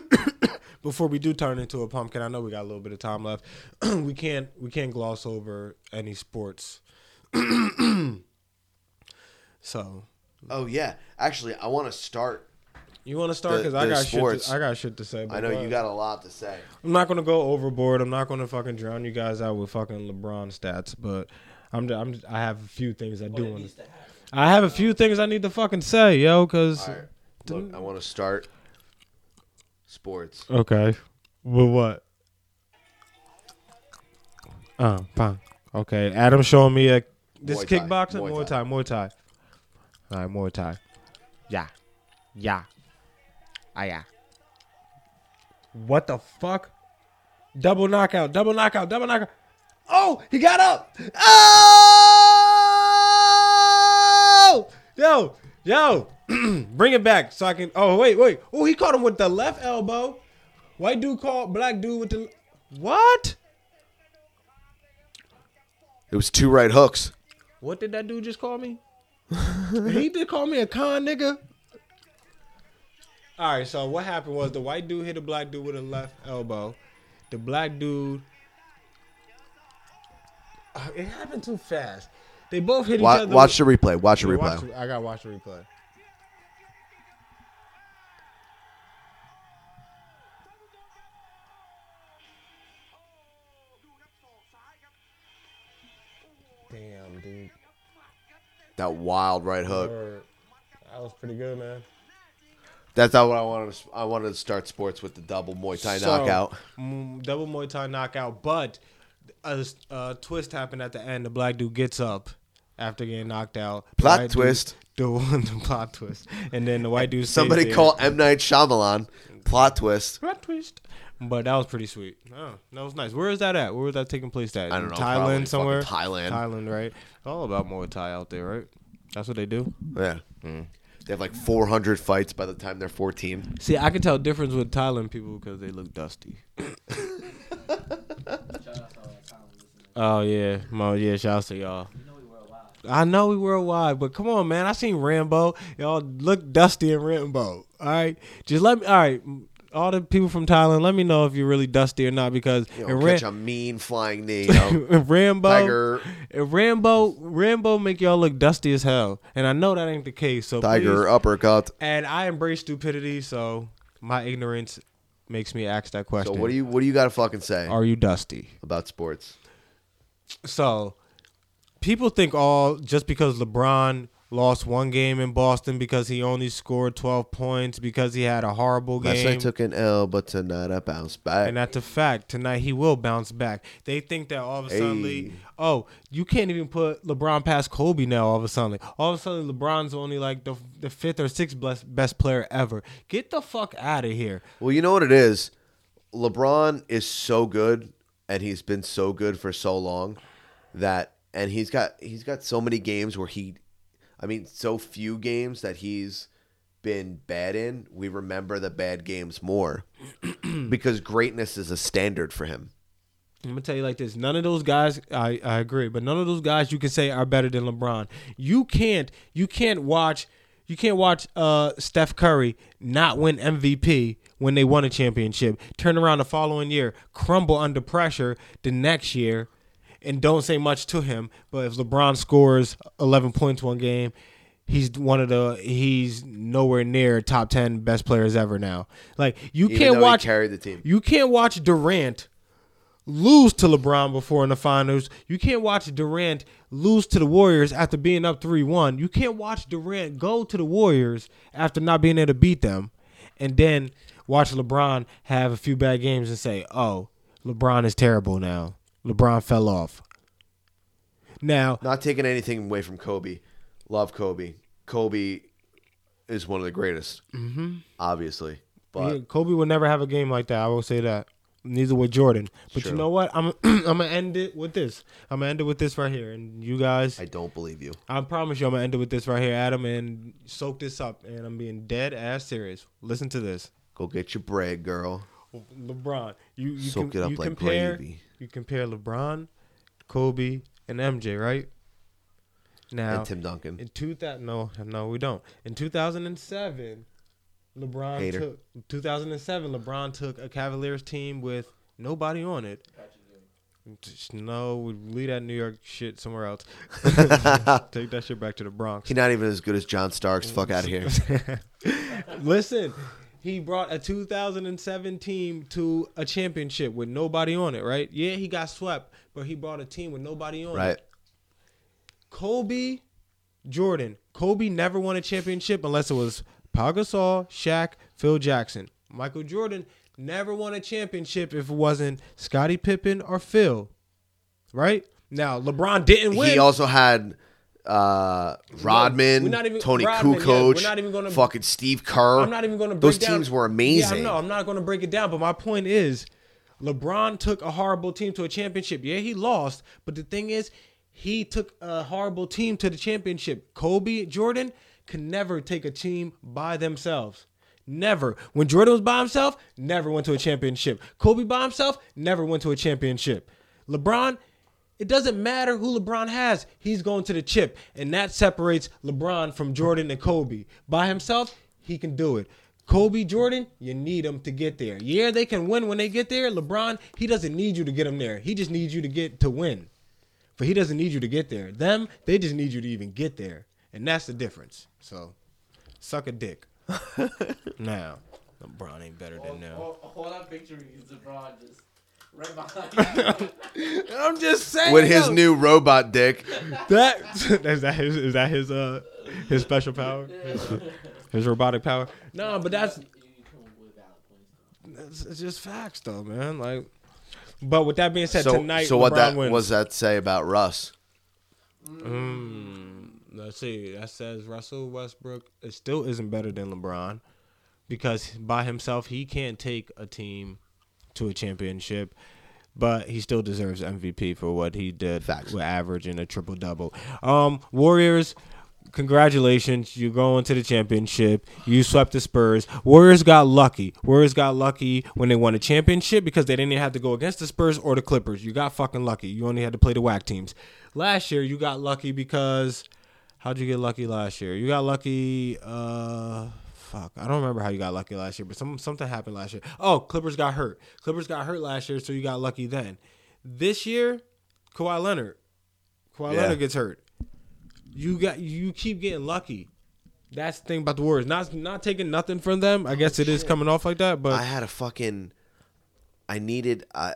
D: [COUGHS] before we do turn into a pumpkin, I know we got a little bit of time left. [CLEARS THROAT] we can't we can't gloss over any sports. [CLEARS THROAT] so
B: Oh yeah, actually, I want to start
D: You want to
B: The-
D: start because I
B: the
D: got
B: sports.
D: shit. To, I got shit to say.
B: I
D: but
B: know
D: go
B: you
D: ahead.
B: got a lot to say.
D: I'm not gonna go overboard. I'm not gonna fucking drown you guys out with fucking LeBron stats. But I'm. ju- I'm. ju- I have a few things I
H: Oh,
D: do want to. I have a few things I need to fucking say, yo. Cause
B: All right. Look, I want to start sports.
D: okay, with what? Oh, fine. Okay, Adam showing me a this
B: Muay Thai,
D: kickboxing,
B: Muay
D: Muay
B: Thai.
D: Thai, Muay Thai. All right, Muay Thai. Yeah, yeah, ah yeah. What the fuck? Double knockout, double knockout, double knockout. Oh, he got up. Oh, yo, yo, [CLEARS THROAT] bring it back so I can. Oh, wait, wait. Oh, he caught him with the left elbow. White dude caught black dude with the. What?
B: It was two right hooks.
D: What did that dude just call me? [LAUGHS] he did call me a con nigga. All right, so what happened was the white dude hit a black dude with a left elbow. The black dude. Uh, It happened too fast. They both hit each
B: Watch,
D: other.
B: watch the replay. Watch the
D: Yeah,
B: replay.
D: watch the- I gotta watch the replay. Damn, dude.
B: that wild right hook.
D: Word. That was pretty good, man.
B: That's not what I wanted. To, I wanted to start sports with the double Muay Thai
D: So,
B: knockout.
D: mm, double Muay Thai knockout, but a, s- a twist happened at the end. The black dude gets up after getting knocked out. The
B: Plot
D: white dude-
B: twist.
D: [LAUGHS] the, the plot twist. And then the white dude stays
B: Somebody
D: there.
B: call M Night Shyamalan. Plot twist.
D: Plot twist. But that was pretty sweet. Oh, that was nice. Where is that at? Where was that taking place at?
B: I don't
D: In
B: know, probably fucking
D: Thailand somewhere.
B: Thailand.
D: Thailand, right? It's all about Muay Thai out there, right? That's what they do.
B: Yeah.
D: Hmm.
B: They have like 400 fights by the time they're 14.
D: See, I can tell difference with Thailand people because they look dusty. Oh yeah, Mo, yeah, shout out to y'all. I know we worldwide, but come on, man. I seen Rambo. Y'all look dusty in Rambo. All right, just let me. All right, all the people from Thailand, let me know if you're really dusty or not because
B: You
D: in
B: know,
D: Ran-
B: catch a mean flying knee. You know?
D: in [LAUGHS] Rambo,
B: Tiger.
D: in Rambo, Rambo make y'all look dusty as hell, and I know that ain't the case. So
B: Tiger oh.
D: please-
B: uppercut.
D: and I embrace stupidity, so my ignorance makes me ask
B: So
D: that question.
B: what do you what do you got to fucking say
D: Are you dusty?
B: about sports?
D: So people think all just because LeBron lost one game in Boston because he only scored 12 points because he had a horrible
B: Last
D: game.
B: night took an L, but tonight I bounced back.
D: and that's a fact. Tonight he will bounce back. They think that all of a sudden,
B: Hey.
D: oh, you can't even put LeBron past Kobe now. All of a sudden, all of a sudden, LeBron's only like the the fifth or sixth best best player ever. Get the fuck out of here.
B: Well, you know what it is? LeBron is so good and he's been so good for so long that and he's got he's got so many games where he I mean, so few games that he's been bad in, we remember the bad games more [CLEARS THROAT] because greatness is a standard for him.
D: I'm gonna tell you like this: none of those guys, I, I agree, but none of those guys you can say are better than LeBron. You can't, you can't watch, you can't watch uh, Steph Curry not win MVP when they won a championship. Turn around the following year, crumble under pressure the next year, and don't say much to him. But if LeBron scores 11 points one game, he's one of the he's nowhere near top 10 best players ever now. Like you
B: Even
D: can't
B: though
D: watch
B: he carried the team.
D: you can't watch Durant lose to LeBron before in the finals. You can't watch Durant lose to the Warriors after being up 3 1. You can't watch Durant go to the Warriors after not being able to beat them and then watch LeBron have a few bad games and say, oh, LeBron is terrible now. LeBron fell off. Now,
B: Not taking anything away from Kobe. Love Kobe. Kobe is one of the greatest. Mm-hmm. Obviously. But
D: Yeah, Kobe will never have a game like that. I will say that. Neither would Jordan. But
B: True.
D: you know what? [CLEARS THROAT] I'm I'm gonna end it with this. I'm gonna end it with this right here. And you guys,
B: I don't believe you.
D: I promise you, I'm gonna end it with this right here, Adam, and soak this up. And I'm being dead ass serious. Listen to this,
B: Go get your bread, girl.
D: LeBron. You you,
B: Soak
D: com-
B: it up
D: you
B: like
D: compare
B: gravy.
D: you compare LeBron, Kobe, and MJ, right? Now
B: And Tim Duncan.
D: in two thousand no no we don't in two thousand and seven, LeBron
B: Hater.
D: took two thousand and seven. LeBron took a Cavaliers team with nobody on it. Just, no, we leave that New York shit somewhere
B: [LAUGHS]
D: else. Take that shit back to the Bronx.
B: He's not even as good as John Starks. Fuck out of
D: [LAUGHS]
B: here.
D: Listen, he brought a 2007 team to a championship with nobody on it, right? Yeah, he got swept, but he brought a team with nobody on
B: Right.
D: it. Kobe, Jordan. Kobe never won a championship unless it was Pau Gasol, Shaq, Phil Jackson. Michael Jordan never won a championship if it wasn't Scottie Pippen or Phil, right? Now, LeBron didn't win.
B: He also had uh, Rodman,
D: we're not even-
B: Tony
D: Rodman, yeah,
B: Kukoc,
D: we're not even gonna-
B: fucking Steve Kerr.
D: I'm not even going to.
B: Those
D: break down-
B: teams were
D: Yeah,
B: amazing.
D: I know. I'm not going to break it down, but my point is, LeBron took a horrible team to a championship. Yeah, he lost, but the thing is, he took a horrible team to the championship. Kobe, Jordan can never take a team by themselves. Never. When Jordan was by himself, never went to a championship. Kobe by himself, never went to a championship. LeBron, it doesn't matter who LeBron has, he's going to the chip. And that separates LeBron from Jordan and Kobe. By himself, he can do it. Kobe, Jordan, you need them to get there. Yeah, they can win when they get there. LeBron, he doesn't need you to get them there. He just needs you to get to win. But he doesn't need you to get there. Them, they just need you to even get there. And that's the difference. So, suck
B: [LAUGHS]
D: a dick. now, LeBron ain't better than them.
H: All, all I'm picturing is LeBron just right
D: [LAUGHS]
H: behind you.
D: I'm just saying.
B: With his new robot dick,
D: That [LAUGHS] is that his is that his uh his special power, his robotic power. No, but that's
H: you come up with valid points. though.
D: it's it's just facts though, man. Like, but with that being said,
B: so
D: tonight
B: so what
D: LeBron
B: that
D: wins.
B: was that say about Russ?
D: Let's see. That says Russell Westbrook it still isn't better than LeBron because by himself he can't take a team to a championship. But he still deserves MVP for what he did
B: Facts.
D: with averaging a triple double. Um, Warriors, congratulations. You're going to the championship. You swept the Spurs. Warriors got lucky. Warriors got lucky when they won a championship because they didn't even have to go against the Spurs or the Clippers. You got fucking lucky. You only had to play the whack teams. Last year, you got lucky because How'd you get lucky last year? You got lucky. Uh, fuck. I don't remember how you got lucky last year, but some something happened last year. Oh, Clippers got hurt. Clippers got hurt last year, so you got lucky then. This year, Kawhi Leonard. Kawhi
B: Yeah.
D: Leonard gets hurt. You got you keep getting lucky. That's the thing about the Warriors. Not not taking nothing from them. I guess it is coming off like that, but
B: I had a fucking. I needed. I.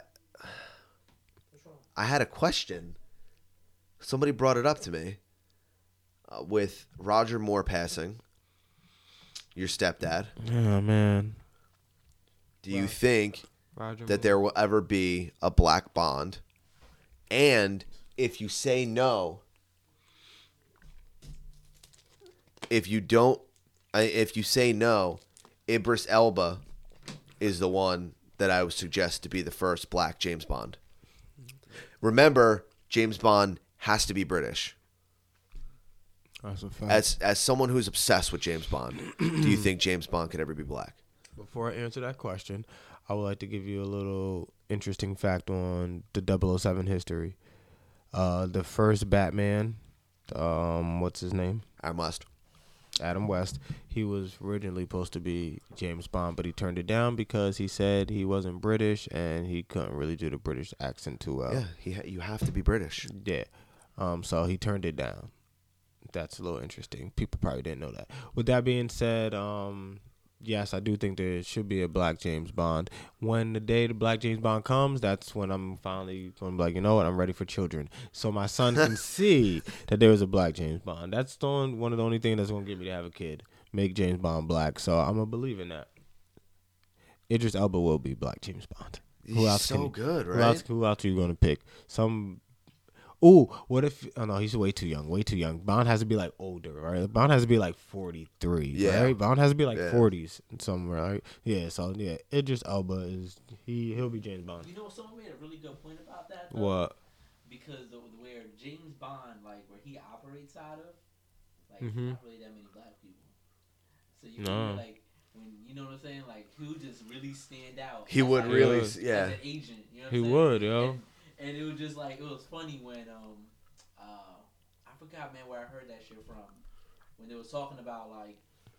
B: I had a question. Somebody brought it up to me. Uh, with Roger Moore passing, your stepdad,
D: oh man.
B: do you think
D: Roger
B: that there will ever be a black bond? And if you say no, if you don't, I- if you say no, Idris Elba is the one that I would suggest to be the first black James Bond. Remember, James Bond has to be British.
D: That's a fact.
B: As as someone who's obsessed with James Bond, do you think James Bond could ever be black?
D: Before I answer that question, I would like to give you a little interesting fact on the 007 history. Uh, the first Batman, um, what's his name?
B: I must.
D: Adam West. He was originally supposed to be James Bond, but he turned it down because he said he wasn't British and he couldn't really do the British accent too well.
B: Yeah, he ha- you have to be British.
D: Yeah. Um, so he turned it down. That's a little interesting. People probably didn't know that. With that being said, um, yes, I do think there should be a black James Bond. When the day the black James Bond comes, that's when I'm finally going to be like, you know what, I'm ready for children. So my
B: [LAUGHS]
D: son can see that there is a black James Bond. That's the one, one of the only thing that's going to get me to have a kid. Make James Bond black. So I'm going to believe in that. Idris Elba will be black James Bond.
B: He's so good,
D: Who else,
B: right?
D: who else are you going to pick? Some Ooh, what if? Oh no, he's way too young. Way too young. Bond has to be like older, right? Bond has to be like forty three,
B: Yeah.
D: right? Bond has to be like
B: Yeah.
D: forties somewhere, right? Yeah. So yeah, Idris Elba is he? He'll be James Bond.
H: You know, someone made a really good point about that. Though,
D: What?
H: Because the, where James Bond, like where he operates out of, like
D: Mhm.
H: there's not really that many black people. So you
D: No.
H: figure, like when you know what I'm saying, like who just really stand out.
B: He
H: as,
B: would
H: like,
B: really,
D: Yeah.
B: s- yeah.
H: As an agent, you know what
D: He
H: I'm saying?
D: would, yo.
H: And, and it was just like it was funny when um, uh, I forgot man where I heard that shit from when they was talking about like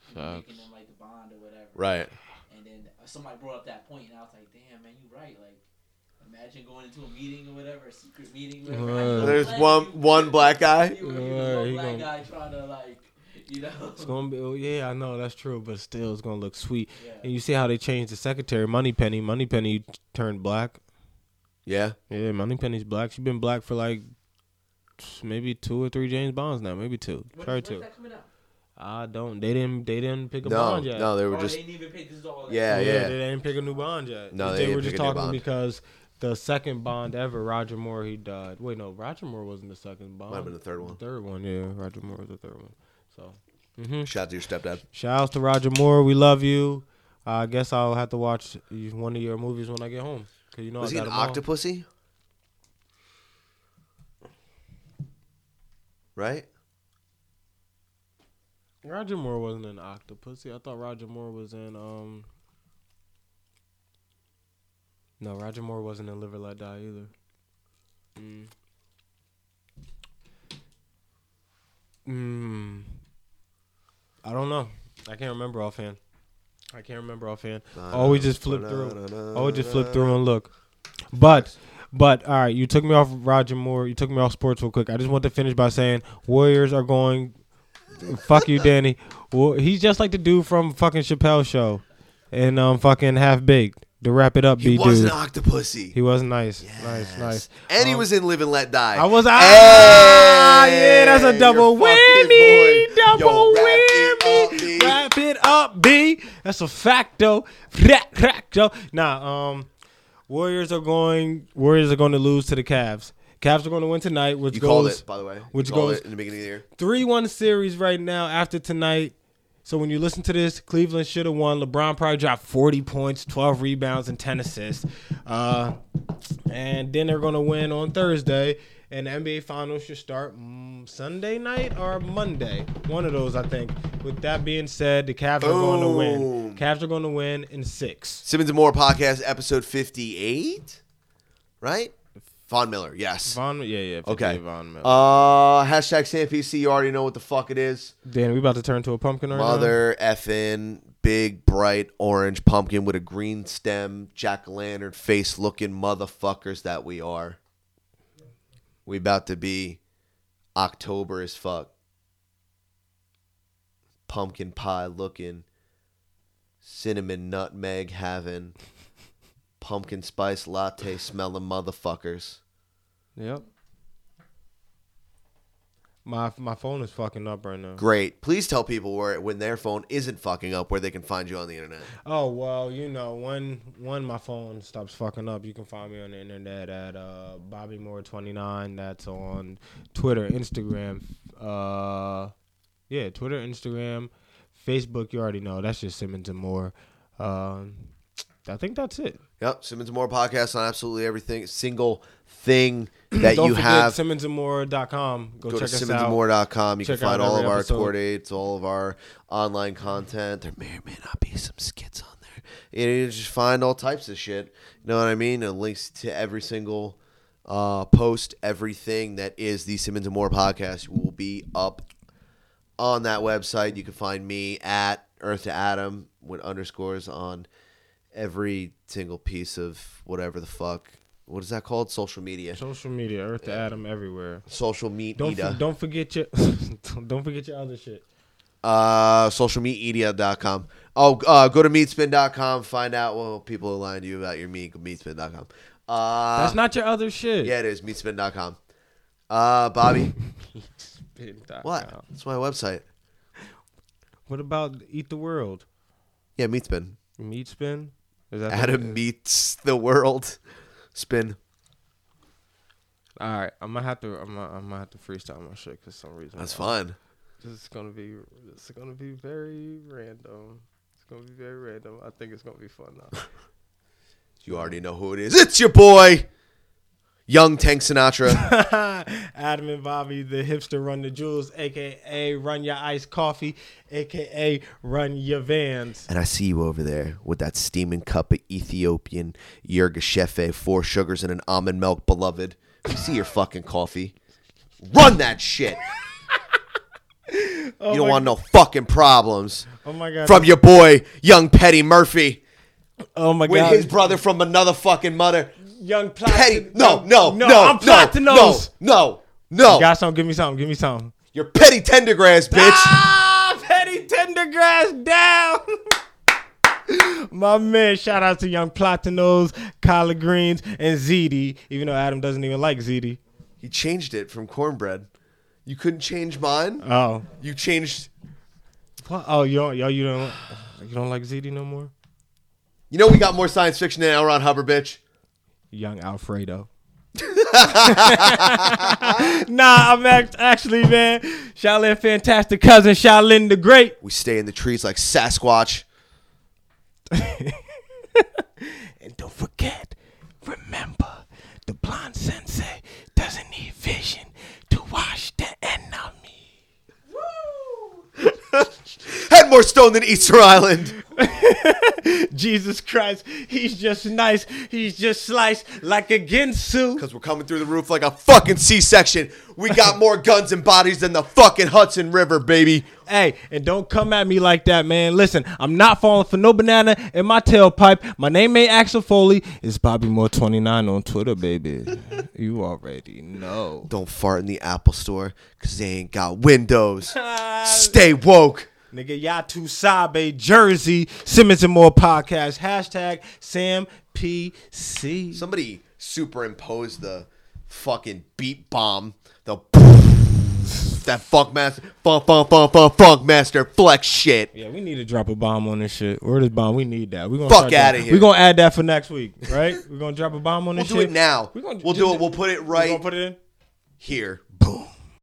H: you know, making them like the bond or whatever.
B: Right.
H: And then somebody brought up that point, and I was like, "Damn, man, you right." Like, imagine going into a meeting or whatever, a secret meeting. Whatever. like,
D: Right.
H: you
B: There's
H: black,
B: one
H: you-
B: one black guy.
H: You, you, the
D: Right, he
H: black
D: gonna-
H: guy trying to like, [LAUGHS] you know.
D: It's gonna be. Oh yeah, I know that's true, but still, it's gonna look sweet.
H: [LAUGHS] yeah.
D: And you see how they changed the secretary, Moneypenny. Moneypenny turned black.
B: Yeah.
D: Yeah, Moneypenny's black. She's been black for like maybe two or three James Bonds now, maybe two.
H: When-
D: Try
H: when's
D: two.
H: that coming out?
D: I don't. They didn't. They didn't pick a
B: No,
D: bond yet.
B: no, they
H: Oh,
B: were
H: they
B: just
H: didn't even pay. This is all. like-
B: yeah, yeah.
D: They didn't pick a new bond yet.
B: No, they
D: they,
B: didn't
D: were just
B: pick a new
D: talking
B: Bond.
D: because the second bond ever, Roger Moore, he died. Wait, no, Roger Moore wasn't the second bond.
B: Might have been the third one.
D: Third one, yeah. Roger Moore was the third one. So, mm-hmm.
B: Shout out to your stepdad.
D: shout out to Roger Moore. We love you. I guess I'll have to watch you- one of your movies when I get home. Cause you know
B: Was
D: I
B: he
D: got
B: an
D: 'em all.
B: octopussy? Right?
D: Roger Moore wasn't an octopus. I thought Roger Moore was in um. No, Roger Moore wasn't in Live or Let Die either. Mm. Mm. I don't know. I can't remember offhand. I can't remember offhand. Always just flip through. Always just flip through and look. But but all right, you took me off Roger Moore. You took me off sports real quick. I just want to finish by saying Warriors are going.
B: [LAUGHS]
D: fuck you, Danny. Well, he's just like the dude from fucking Chappelle Show, and um fucking Half Baked. The wrap it up,
B: He
D: B
B: was an
D: dude.
B: octopussy.
D: He was nice,
B: Yes.
D: nice, nice.
B: And he
D: Um,
B: was in Live and Let Die.
D: I was ah, yeah, that's
B: You're
D: a double
B: fucking
D: whammy,
B: boy.
D: double
B: Yo, wrap it up,
D: whammy.
B: B.
D: Wrap it up, B. That's a facto, Crack, crack, though. Nah, um, Warriors are going. Warriors are going to lose to the Cavs. Cavs are going to win tonight, which
B: you
D: goes
B: called it, by the way. You
D: which
B: called
D: goes-
B: it in the beginning of the year.
D: three one series right now after tonight. So when you listen to this, Cleveland should have won. LeBron probably dropped forty points, twelve rebounds, and ten assists. Uh, and then they're gonna win on Thursday. And the NBA Finals should start mm, Sunday night or Monday. One of those, I think. With that being said, the Cavs are going to
B: Boom.
D: win. Cavs are going to win in six.
B: Simmons and Moore podcast, episode 58. Right? Von Miller, yes.
D: Von, yeah, yeah. 50
B: okay.
D: Von Miller.
B: uh, hashtag SamPC, you already know what the fuck it is.
D: Dan, we about to turn to a pumpkin right now?
B: Mother effing big, bright orange pumpkin with a green stem, jack o' lantern face looking motherfuckers that we are. We about to be October as fuck. Pumpkin pie looking, cinnamon nutmeg having, pumpkin spice latte smelling motherfuckers.
D: Yep. My my phone is fucking up right now.
B: Great. Please tell people where when their phone isn't fucking up where they can find you on the internet.
D: Oh well, you know, when when my phone stops fucking up, you can find me on the internet at uh, Bobby Moore twenty nine. That's on Twitter, Instagram, uh, yeah, Twitter, Instagram, Facebook. You already know that's just Simmons and Moore. Um, I think that's it.
B: Yep, Simmons and More podcast on absolutely everything single
D: [CLEARS THROAT]
B: thing that
D: Don't
B: you
D: forget
B: have.
D: SimmonsandMoore.com. Go,
B: Go
D: check
B: to
D: us out.
B: simmonsandmore.com. You can
D: Check out
B: find all of
D: every
B: our
D: episode.
B: tour dates, all of our online content. There may or may not be some skits on there. You know, you just find all types of shit. You know what I mean? And links to every single uh, post, everything that is the Simmons and More podcast will be up on that website. You can find me at Earth to Adam with underscores on every single piece of whatever the fuck. What is that called? Social media.
D: Social media, Earth to Adam, everywhere.
B: Social meat
D: Don't
B: eater.
D: for, don't forget your [LAUGHS] don't forget your other shit.
B: Uh, socialmeatedia.com. Oh, uh, go to meatspin.com. Find out well people are lying to you about your meat. Meatspin.com. Uh,
D: That's not your other shit. [LAUGHS]
B: yeah, it is meatspin.com. Uh, Bobby, what?
D: What?
B: It's my website.
D: What about Eat the World?
B: Yeah, meatspin.
D: Meat spin? Is that the-
B: Adam meets the world. Spin.
D: All right, I'm gonna have to. I'm gonna, I'm gonna have to freestyle my shit for some reason.
B: That's fine.
D: This is gonna be. [LAUGHS] This is gonna be very random. It's gonna be very random. I think it's gonna be fun now.
B: You already know who it is. It's your boy, Young Tank Sinatra.
D: Adam and Bobby, the hipster run the jewels, aka run your iced coffee, aka run your vans.
B: and I see you over there with that steaming cup of Ethiopian Yergeshefe, four sugars and an almond milk, beloved. I see your fucking coffee. Run that
D: [LAUGHS]
B: shit. you don't want no fucking problems
D: Oh my god!
B: from your boy, Young Petty Murphy,
D: oh my
B: with
D: god!
B: his brother from another fucking mother.
D: young Platin-
B: Petty. No,
D: Young-
B: no, no,
D: I'm
B: no,
D: Platinos.
B: no, no, no.
D: Got some? Give me some. Give me some.
B: You're Petty Tendergrass, bitch.
D: Ah, Petty Tendergrass down. [LAUGHS] My man, shout out to Young Platinos, Collard Greens, and ZD, even though Adam doesn't even like ZD.
B: He changed it from cornbread. You couldn't change mine.
D: Oh.
B: You changed.
D: What? Oh, you don't, yo, you don't you don't like ZD no more?
B: You know we got more science fiction than L. Ron Hubbard, bitch.
D: Young Alfredo. [LAUGHS] nah, I'm act- actually, man, Shaolin Fantastic Cousin, Shaolin the Great.
B: We stay in the trees like Sasquatch.
D: [LAUGHS] And don't forget, remember, the blonde sensei doesn't need vision to wash the enemy.
B: [LAUGHS] Had more stone than Easter Island.
D: Jesus Christ, he's just nice. He's just sliced like a Ginsu.
B: Because we're coming through the roof like a fucking C section. We got more guns and bodies than the fucking Hudson River, baby.
D: Hey, and don't come at me like that, man. Listen, I'm not falling for no banana in my tailpipe. My name ain't Axel Foley. It's Bobby Moore29 on Twitter, baby. [LAUGHS] you already know.
B: Don't fart in the Apple store because they ain't got [LAUGHS] windows. Stay woke.
D: Nigga, Yatu Sabe, eh, Jersey, Simmons and More podcast. Hashtag Sam PC.
B: Somebody superimposed the fucking beat bomb. The [LAUGHS] that funk master, funk, funk, funk, funk, funk master flex shit.
D: yeah, we need to drop a bomb on this shit. Word is bomb. We need that. We gonna
B: Fuck
D: start that.
B: outta here.
D: We gonna add that for next week, right? We're gonna drop a bomb on
B: We'll
D: this
B: do
D: shit.
B: it now.
D: We gonna
B: We'll
D: just-
B: do it. We'll put it
D: we
B: right
D: gonna put it in.
B: here. Boom.